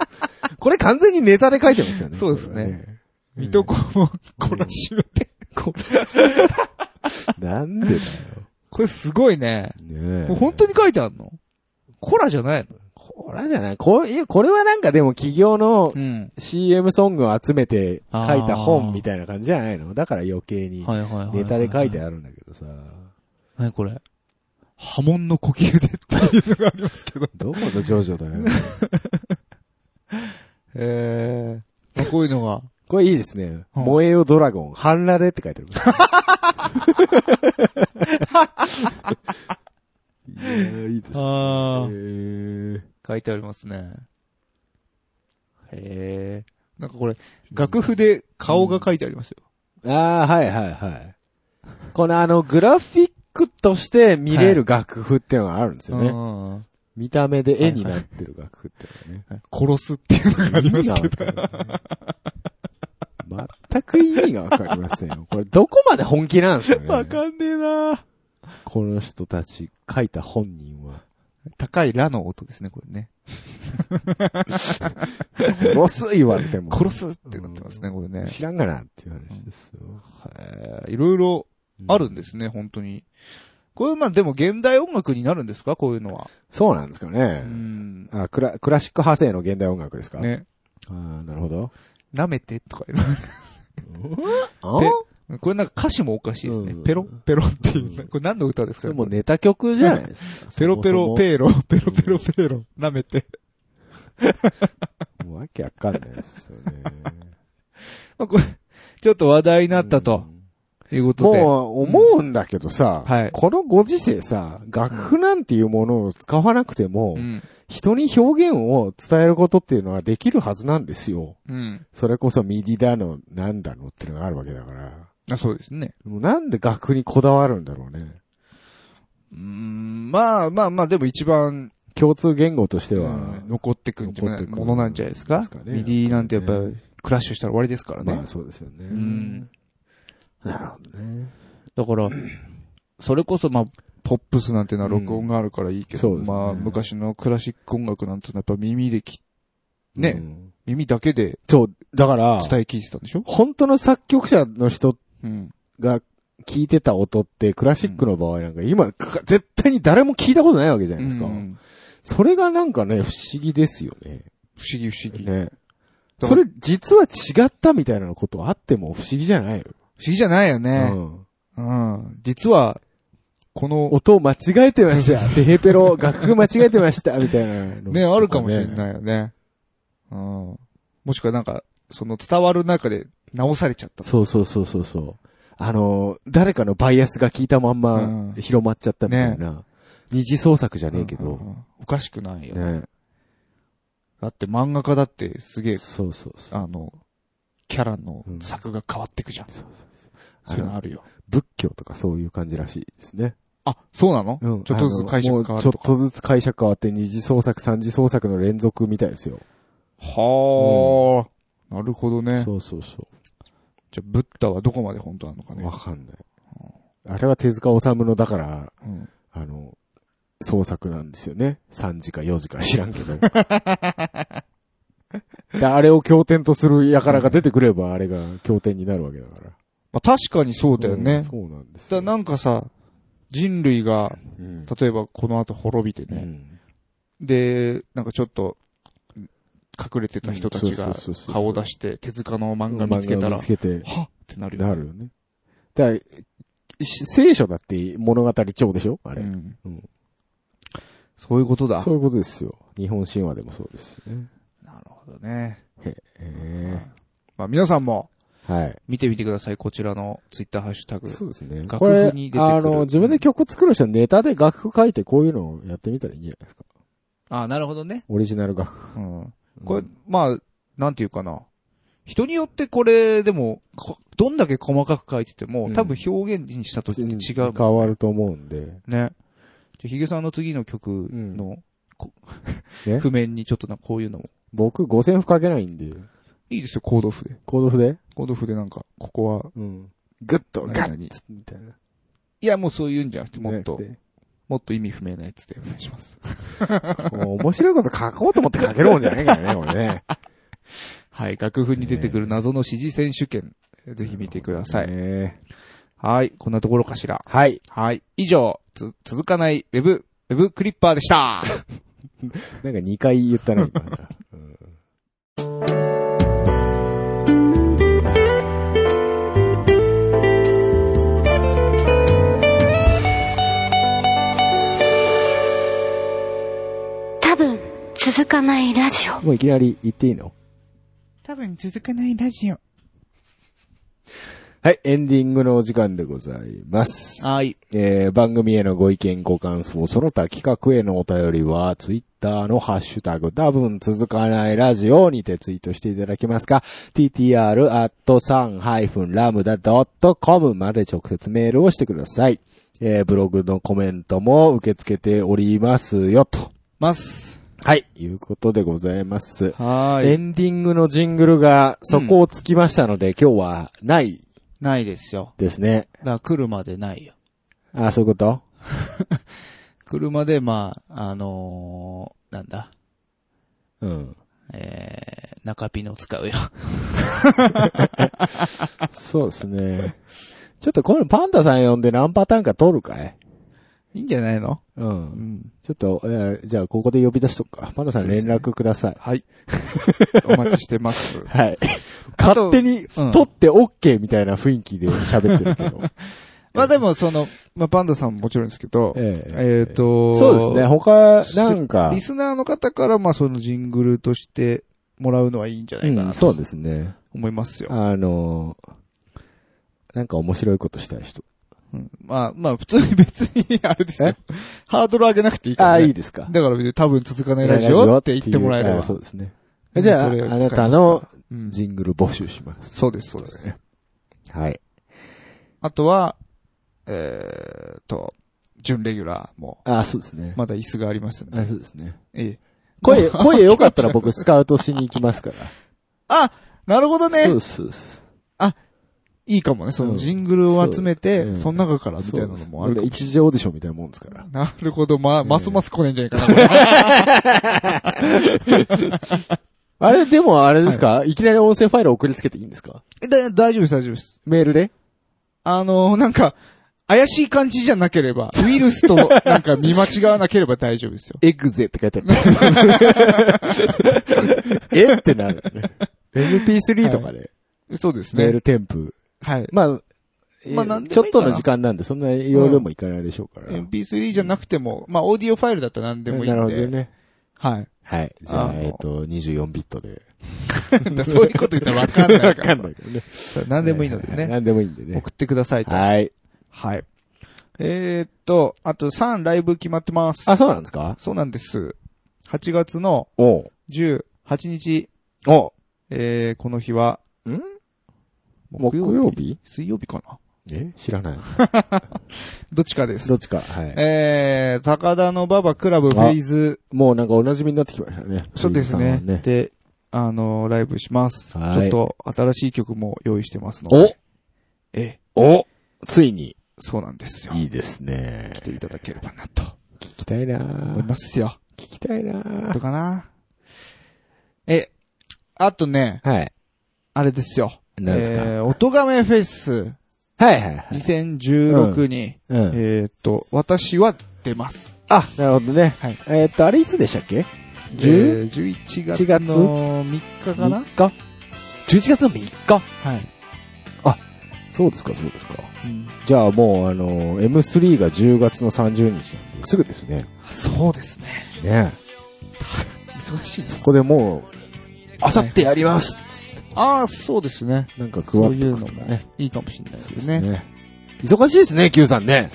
これ完全にネタで書いてますよね。
そうですね
これね。
水戸黄門懲らしめて。これ
なんでだよ。
これすごいね。
ねえ
もう 本当に書いてあるのコラじゃないの
これじゃない。こういやこれはなんかでも企業の
ん。
CM ソングを集めて書いた本みたいな感じじゃないのだから余計に
はいはいはいはい。
ネタで書いて
る。
あるんだけどさ。
何これ波紋の呼吸でっていうのがありますけど。
どこのジョジョだ よ。
ええー。こういうのが。
これいいですね。
うん
燃えよドラゴン、半裸でって書いてある。 いやーいいですね。
あ
へー
書いてありますね。へえ。なんかこれ、楽譜で顔が書いてありますよ。
ああ、はいはいはい。このあの、グラフィックとして見れる楽譜っていうのがあるんですよね。
うん
見た目で絵になってる楽譜っていうのがね。
殺すっていうのがありますけど。
意味がわかんない全く意味がわかりませんよ。これどこまで本気なんですかね。
わかんねえな
この人たち、書いた本人は、
高いラの音ですね、これね。
殺す言われても。
殺すってなってますね、これね。
知らんがなっていう話ですよ。
はいいろいろあるんですね、本当に。これ、まあでも現代音楽になるんですかこういうのは。
そうなんですか
う
ね。
ん。
あクラ、クラシック派生の現代音楽ですか。
ね。
ああ、なるほど。
舐めてとか言う
あ
のこれなんか歌詞もおかしいですね
う。ん
ペロッペロっていうう。これ何の歌です
そ
か
れもうネタ曲じゃないですか。
ペロペロ、ペロ、ペロペロペ ロ、舐めて。
ロ。もうわけわかんないですよね。
まあこれ、ちょっと話題になったということで。
もう思うんだけどさ、
はい
このご時世さ、楽譜なんていうものを使わなくても、
うん。
人に表現を伝えることっていうのはできるはずなんですよ。
うん。
それこそミディだの、なんだのっていうのがあるわけだから。
あ、そうですね。
もうなんで楽譜にこだわるんだろうね。
うーん、まあまあまあ、でも一番、
共通言語としては、
うん残ってくんじゃ
残ってくる
ものなんじゃないです
で
か
すかね
ミディなんてやっぱ
やっぱり、
クラッシュしたら終わりですからね
まあ。そうですよね。
うん。
なるほどね。
だから、 それこそまあ、ポップスなんてのは録音があるからいいけど、
うんそうですね
まあ、昔のクラシック音楽なんてのはやっぱ耳でき、ね、
うん
耳だけで
そう、だから、
伝え聞いてたんでしょ
本当の作曲者の人
うん。
が聞いてた音って、クラシックの場合なんか今、か絶対に誰も聞いたことないわけじゃないですか。
うん
それがなんかね、不思議ですよね。
不思議不思議。
ね。
だ
そ
から
れ、実は違ったみたいなことあっても不思議じゃないよ。
不思議じゃないよ
う
ね。
ん。
うん。実は、この、
音を間違えてました。テヘペロ、楽譜間違えてました、みたいなのとか。
ね、あるかもしれ
い。
ないよね。うん。もしくはなんか、その伝わる中で直されちゃったと。
そうそうそうそうそう。あの、誰かのバイアスが聞いたまんま
うん
広まっちゃったみたいな。二次創作じゃねえけ
うんう
ど。
んうんおかしくないよ。
ね。
だって漫画家だってすげえ、
そうそうそう。
あの、キャラの
うん
作が変わってくじゃん。
そう
そういうのあるよ。
仏教とかそういう感じらしいですね。
あ、そうなのちょっとずつ解釈変わると
ちょ
か。
っとずつ解釈変わって二次創作、三次創作の連続みたいですよ。
はあ、なるほどね。
そうそうそ
じゃあ、ブッダはどこまで本当なのか
う。
ね
わ。かんない。あれは手塚治虫の、だから、
うん
あの、創作なんですよね。3時か4時か知らんけ ど。で、あれを経典とする輩が出てくれば、あれが経典になるわけだから。
まあ確かにそうだよ
うん
ね。
そうなんです
だ
よ。
なんかさ、人類が、
うん
例えばこの後滅びて
う
ね、
ん
で、なんかちょっと、隠れてた人たち
うん
が
そうそうそうそう
顔を出して、手塚の漫画見つけた
漫画を
ら、は
見つけて、
っってなるよ。
なるよね。だからし聖書だって物語帳でしょあ
う
れ。
ん
うん
そういうことだ。
そういうことですよ。日本神話でもそうですしね。
なるほどね。
え
まあ皆さんも
えはい。
見てみてください。こちらのツイッターハッシュタグ。
そうですね。
楽
これ
譜に出てくる
あの、自分で曲作る人はネタで楽譜書いてこういうのをやってみたらいいんじゃないですか。
ああ、なるほどね。
オリジナル楽譜。
うん。これ、まあ、なんていうかな。人によってこれ、でも、こどんだけ細かく書いてても、
うん
多分表現にした時に違うもんね、
変わると思うんで。
ね。じゃあヒゲさんの次の曲の、 こ
ね
譜面にちょっとな、こういうのも。
僕5000符書けないんで、
いいですよ、コード譜で。
コード譜で
コード譜でなんか、ここは、
うん。グッとガ
何々
ッツみたいな。
いや、もうそういうんじゃなくて、もっと
じゃ、なくて
もっと意味不明なやつでお願いします。
もう面白いこと書こうと思って書けるもんじゃないからね、俺ね。
はい、楽譜に出てくる謎の指示選手権、ぜひ見てください。
ね
はい、こんなところかしら。
はい。
はい、以上、つ、続かないウェブ、ウェブクリッパーでした。
なんか2回言ったな、今。うん
多分続かないラジオ
もういきなり言っていいの
多分続かないラジオ。
はい、エンディングのお時間でございます。
はい。
えー番組へのご意見、ご感想、その他企画へのお便りは、ツイッターのハッシュタグ、多分続かないラジオにてツイートしていただけますか、ttr.san-lambda.com まで直接メールをしてください。えーブログのコメントも受け付けておりますよ、と。
ます。
はい。いうことでございます。
は
エ
い。
ンディングのジングルが、そこをつきましたので、今日はない
ないですよ。
ですね。
だから来るまでないよ。
あ、そういうこと
来るまで、まあ、あのー、なんだ、
うん。
えー、中ピノ使う よ。
そうですね。ちょっとこのパンダさん呼んで何パターンか取るかい
いいんじゃないの
う。
うんん。
ちょっと、えーじゃあここで呼び出しとくか。パンダさん連絡ください。
はい。お待ちして ます。
はい。
あと
勝手
う
に
ん
取って OK みたいな雰囲気で喋ってるけど。
まあでも、その、まあパンダさんももちろんですけど、
ええ
えっ、と、
そうですね。他、なんか
リ、スナーの方から、まあそのジングルとしてもらうのはいいんじゃな
う
いか
ん、
な
そ
と
うですね。
思いますよ。
あのー、なんか面白いことしたい人。
うんまあまあ普通に別にあれですよ。ハードル上げなくていいから、
ああ、
ね。
いいですか。
だから別に多分続かないラジオって言ってもらえれ
あ
ば。
そうですね。じゃあ、あ
それを使い
な
ますか
たの
うん
ジングル募集します。
そうです、そうです。
はい。
あとは、えー、と、準レギュラーも、
あ、そうですね。
まだ椅子がありますんで。
あ、そうですね。
ええ
声、声良かったら僕スカウトしに行きますから。
あなるほど
そう
ね
です、そうです。
いいかもね、そうの
ん
ジングルを集めて、
そう
その中からみたいなのもあるかも
一時オーディションみたいなもんですから。
なるほど、まあ、ますます来ねえんじゃないかなこれ。
あれ、でもあれですか、い、きなり音声ファイル送りつけていいんですか
え だ大丈夫です、大丈夫です。
メールで
あのー、なんか、怪しい感じじゃなけ れば、ウイルスとなんか見間違わなければ大丈夫ですよ。
エグゼって書いて ある。えってなる、ね。MP3 とかで、
そうです
メー
ね
ル。添付。
はい。
まあ、えー
まあなんで
ちょ
も
っ
いいか
と
な
の時間なんで、そんな容量もいかないでしょうから。
MP3 じゃなくても、まあ、オーディオファイルだったら何でもいい
なる
ん
ほど
で。
ね。
はい。
はい。じゃ
あ
あ、
の
えっ、と、24ビットで。
そういうこと言った らわかんないから。
いけどね。
そう何でもいいので
はは
ね。
何でもいいんでね
送。ってくださいと。
はい。
はい。えーっと、あと3ライブ決まってます。
あ、そうなんですか
そうなんです。8月の
おう。
18日、
おう。
えー、この日は、
ん
木曜日
木曜日
水曜日かな
え知らない。
どっちかです
どっ。ちか。はい。
えー、高田の馬場クラブフェイズ、
もうなんかお馴染みになってきましたね。
そうです
藤井
ね
さんは。
で、あのーライブします。ち
は
ょ
い
っと新しい曲も用意してますの
お
で。ええ、
おついに。
そうなんですよ。
いいですね。
来ていただければなと
聞きたいな
思い
聞
ますよ。
きたいな
とかな。え、あとね、
はい。
あれですよ。
何ですか
えー、音亀フェス
はいはいはい。
2016に、
うん。
えーっと、私は出ます。
あ、なるほどね。
はい
えーっと、あれいつでしたっけ10
えー11
1
月
月
の3日かな
?3 日 ?11 月の3日
はい。
そうですか、そうですか。
うん
じゃあもう、あの、M3 が10月の30日なんで、すぐですね。
そうですね。
ね
忙しいです
ここでもう、あさってやります。
ああ、そうですね。
なんか加
そ
わっ
う
て
い
くる
うのもね、いいかもしれないですね。
ね。忙しいですね、Q さんね。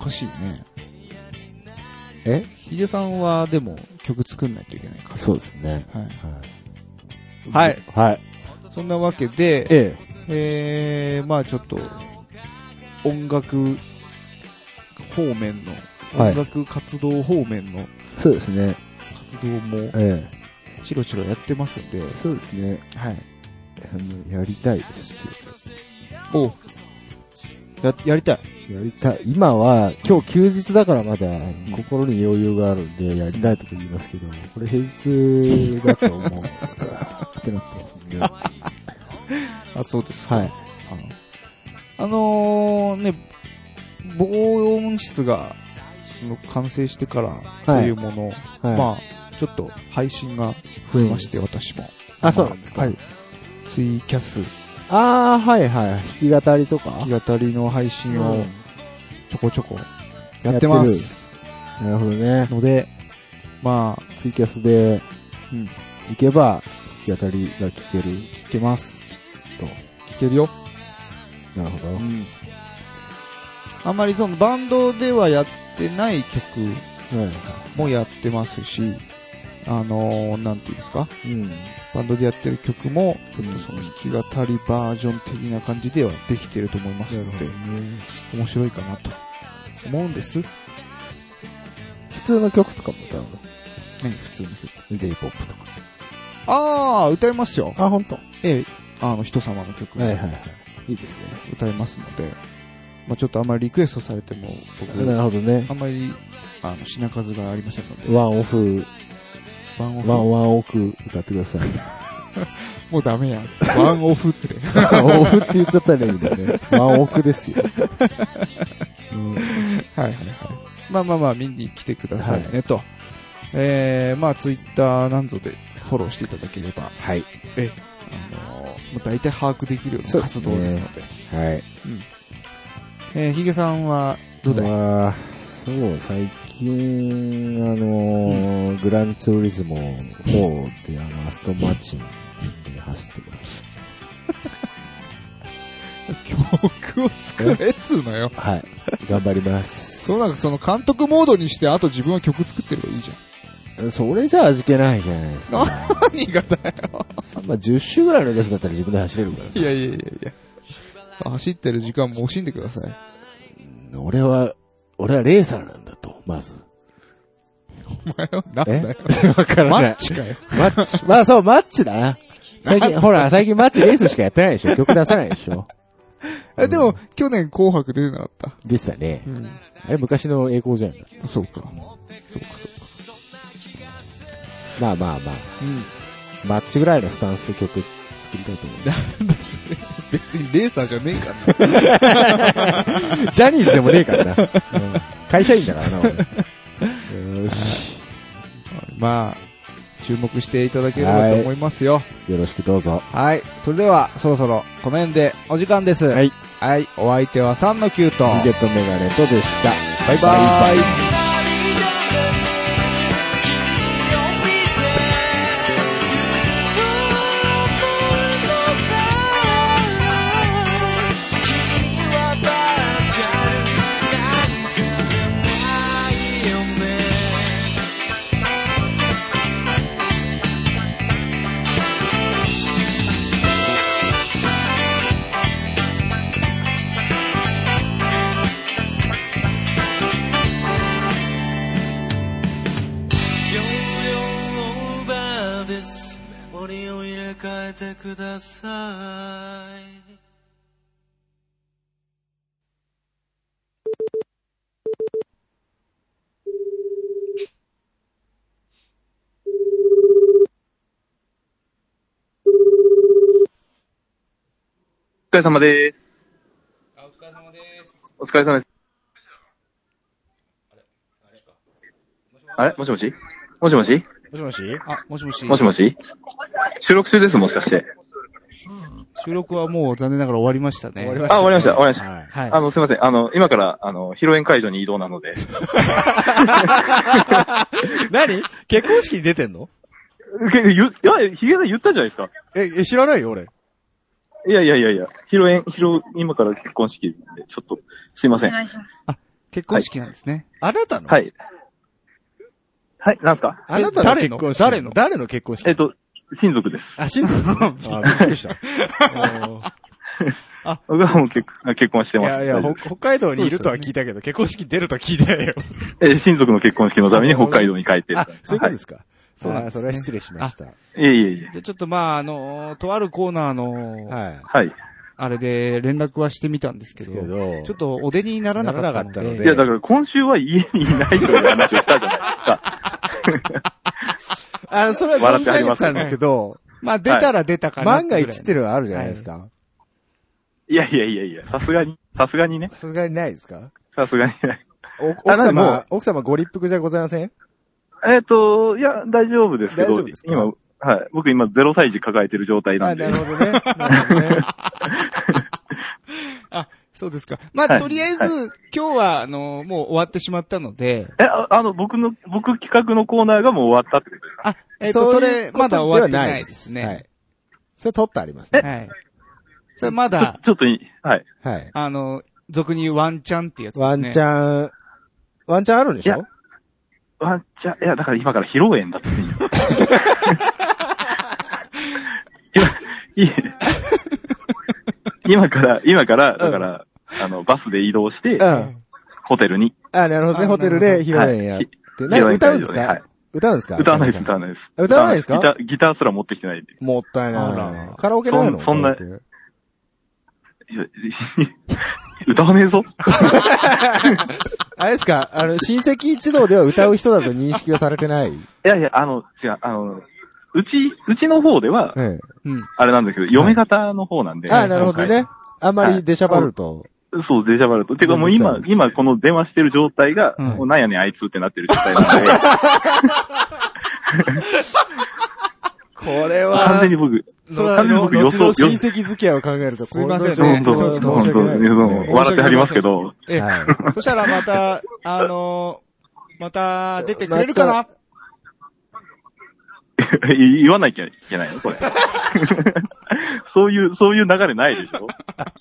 おかしいね。
え
ヒデさんは、でも、曲作んないといけないか
そうですね。
ら。はい。
は
はいい。
はい。
そんなわけで、
え
えー、まあちょっと、音楽方面の、
はい
音楽活動方面の
え。そうですね。
活動も、
え
チロチロやってますんで、
え。そうですね。
はい。
あの、やりたいです。
おや、やりたい。
やりたい。今は、今日休日だからまだ、心に余裕があるんで、やりたいとか言いますけど、これ平日だと思う。 ってなってますね。
あ、そうです
はい。
あのー、ね、防音室が、その、完成してから、というもの、
はい。
まあ、ちょっと配信が増
増え
え
ま
ま
し
して、私も。
あ、そうなんですか。
はい。ツイキャス、
ああ、はいはい。弾き語りとか
弾き語りの配信
う
を
ん
ちょこちょこやってま
やっ
す。
なるほどね。
ので、まあ、
ツイキャスで、
うん
行けば、弾き語りが聞ける
聞けます。
と。
聞けるよ。
なるほど。
あんまりそのバンドではやってない曲
はい。
もやってますし、あのー、なんていうんですか
うん。
バンドでやってる曲も、ちょっ
うん
とその弾き語りバージョン的な感じではできてると思いますので、
ね。
面白いかなと思うんです。
普通の曲とかも歌うの
何普通の曲。
?J-POP とか。
ああ、歌いますよ。
あ、本当。
ええ、あの、人様の曲、
はいはいはい。いいですね。
歌いますので、まあちょっとあまりリクエストされても、僕、
なるほどね。
あんまり、あの、品数がありませんので、
ワンオフ、
ワンオフ。
ワンワンオク歌ってください。
もうダメやん。ワンオフって。
オフって言っちゃったらいいんだよね。ワンオクですよ。 うん
はいはいはい。まあまあまあ、見に来てくださいね、
は
と。えー、まあツイッターなんぞでフォローしていただければ、
はい。
あのー、まあ大体把握できるよう
そう
な
です
活
ね
動ですので。
はい。
えー、ヒゲさんは、どうだい、
まあ、そう、最近、あのーグランツーリズモ4で、あの、アストンマーチンで走ってます。
曲を作れっつうのよ。
はい。頑張ります。
そうなんかその監督モードにして、あと自分は曲作ってればいいじゃん。
それじゃ味気ないじゃないですか。
何がだよ。
まあ、10周ぐらいのレースだったら自分で走れるからさ
いやいやいやいや。走ってる時間も惜しんでください。
俺は、俺はレーサーなんだと、まず。
お前は、なんだ よ。
わから
マ
な
ッ
い。
チかよ。
マッチ。まあそう、マッチだな。最近、ほら、最近マッチレースしかやってないでしょ。曲出さないでしょ。
え、でも、去年紅白出てなかった。
でしたね。
ん。
あれ昔の栄光じゃん。
そうか。そうか、
まあまあまあ。
そ
マッチぐらいのスタンスで曲作りたいと思
うか。うん。だそれ。別にレーサーじゃねえからな。
う。ジャニーズでもねえから な。会社員だからな、俺。よーし。
まあ、注目していただければと思いますよ。
よろしくどうぞ。。
はい。それでは、そろそろ、この辺でお時間です。はいはい。お相手は3の9と。
ヒゲとメガネとでした。
バイバイ。
44オーバーです森を入れ替えてください
お疲れ様です。お疲れ様です。あれもしもしもしもし
もしもし
あ、もしもし。
もしもし収録中です、もしかして。
収録はもう残念ながら終わりましたね。
終わりま
あ、終わりました、終わりました。
はい。
はい。
あの、すいません。あの、今から、あの、披露宴会場に移動なので。
何結婚式に出てんの
え言いや、ヒゲさん言ったじゃないですか。
え、え、知らないよ、俺。
いやいやいやいや、披露宴、披露、今から結婚式なんで、ちょっと、すいません。は
結婚式なんですね。
あなたのい。
い。はい、なんすか
あなたの
誰
結
の
婚式。
誰の
誰の結婚式
えっと、親族です。
あ、親族。あ、びっくり した。おー
僕はもう結結婚して
い
ます。
やいや、
大丈
ほ北
夫
海道にいるとは聞いたけど、結婚式出るとは聞いてないよ。
えー親族の結婚式のために北海道に帰ってる
あ、そういうこと
はい
ですか。そう
はい
あそれは失礼しました。
いえいえいえ。
じゃあちょっとまあ、あのー、とあるコーナーの、
はい。
はい。
あれで連絡はしてみたんですけ
です
ど、
けど、
ちょっとお出にならなかったの
ならなかったの
で、
で
いや、だから今週は家にいないという話をしたじゃないですか。
あの、それは存じ上げてたんですけど、
まあ出たら出たかな、
万が一って
る。
いうのはあるじゃないですか。
いやいやいやいや、さすがに、さすがにね。
さすがにないですか
さすがにね。
お
あ
奥
でも
様、奥様ご立腹じゃございません
えっ、と、いや、大丈夫ですけ
大丈
ど、
夫ですか
今、はい。僕今0歳児抱えてる状態な
あ、
んで。
なるほどね。なるほどね。
そうですか。まあ、
はい
とりあえず、今日は、あのー、もう終わってしまったので、
え、ああの、僕の、僕企画のコーナーがもう終わったってことですか
あ、えっ、と、それ、まだ終わってないですね。
は
はい
い。それ取ってありますね。
はい。それまだ、
ちょっといい、はい。
はい。
あの、俗に言うワンチャンってやつですね。
ワンチャン、ワンチャンあるんでし
いや
ょ
ワンチャン、いや、だから今から披露宴だって言う 今、いい今から、今から、だから、あの、バスで移動して、
うん。
ホテルに。
あ、なるほどね。
あ
ホテルで披露宴やっ
はい
て。なんか歌うんです
披露宴会場では
か
い
歌うんですか
歌わないです、歌わないです。
歌わないですか
ギター、ギターすら持ってきてない んで。
もったい
あ
な
ら
い。カラオケないの
そんそんな
カラオケ
いや歌わねえぞ。
あれですかあの、親戚一同では歌う人だと認識 はされてない。
いやいや、あの、違う、あの、うち、うちの方では、
え
うん。
あれなんだけど、嫁型の方なん
え
で。
あ、なるほどね。あんまり出しゃばると。
そう、デジャバルト。てかもう今、今この電話してる状態が、
うん
もうなんやねんあいつってなってる状 態なんで、
これ
完全に僕、
それは、
完全
後
に僕予想、
の
予
親
想、
戚付き合いを考えると、
すいませんね
ど
こ
ん
の状
どん、
況
ど
は
んどん、
申し訳
どん
ないです
どん
ね
笑ってはりますけど、
え、
は
そしたらまた、あのまた出てくれるかな
言わなきゃいけない のこれ。そういう、そういう流れないでしょ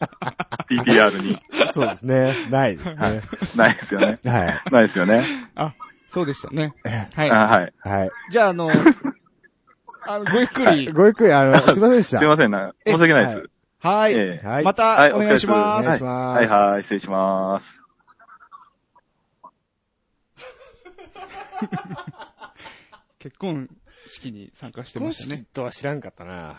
?PPR に。
い。そうですね。ないですね。
ないですよね。
はい。
ないですよね。
そうでしたね。
あ
は
はい。
はい。
い。じゃあ、あの、あのごゆっくり。
ごゆっくり、あの、すいませんでし
す
た。
いませんな。申し訳ないです。
は
え
い。
え
はい。
ま
は
た
い、
お願いしま
お願い
す。
します。
はいはい、失礼します。
結婚式に参加してましたね。
とは知らんかったな。